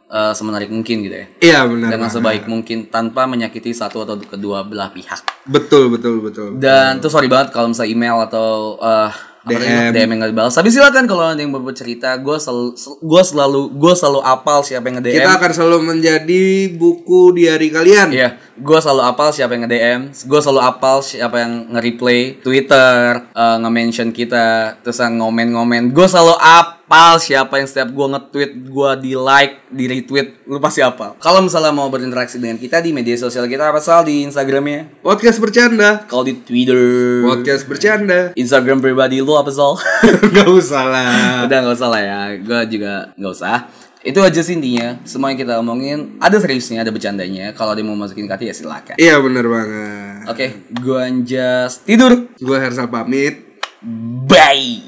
[SPEAKER 3] eh, semenarik mungkin gitu ya
[SPEAKER 4] Iya, benar.
[SPEAKER 3] dengan
[SPEAKER 4] Mas.
[SPEAKER 3] sebaik mungkin tanpa menyakiti satu atau kedua belah pihak
[SPEAKER 4] Betul, betul, betul.
[SPEAKER 3] dan tuh sorry banget kalau misalnya email atau eh, Apa tadi?
[SPEAKER 4] DM.
[SPEAKER 3] DM yang nggak dibalas. Tapi silakan kalau ada yang mau cerita, gue selalu gue selalu gue selalu apal siapa yang nge-DM.
[SPEAKER 4] Kita akan selalu menjadi buku diari kalian.
[SPEAKER 3] Iya, gue selalu apal siapa yang nge-DM, gue selalu apal siapa yang nge-replay Twitter, eh, nge-mention kita, terus yang ngomen-ngomen. Gue selalu apal siapa yang setiap gue nge-tweet, gue di-like, di-retweet, lu pasti apal. Kalau misalnya mau berinteraksi dengan kita di media sosial kita, apa sal di Instagramnya?
[SPEAKER 4] Podcast bercanda.
[SPEAKER 3] Kalau di Twitter,
[SPEAKER 4] Podcast [LAUGHS] bercanda.
[SPEAKER 3] Instagram pribadi lu apa sal? [LAUGHS]
[SPEAKER 4] Gak usah lah.
[SPEAKER 3] Udah nggak usah lah ya, gue juga nggak usah. Itu aja sih intinya, semua yang kita omongin ada seriusnya, ada bercandanya. Kalau dia mau masukin kata ya silakan.
[SPEAKER 4] Iya bener banget.
[SPEAKER 3] Oke, gua anjas tidur.
[SPEAKER 4] Gue Hersal pamit.
[SPEAKER 3] Bye.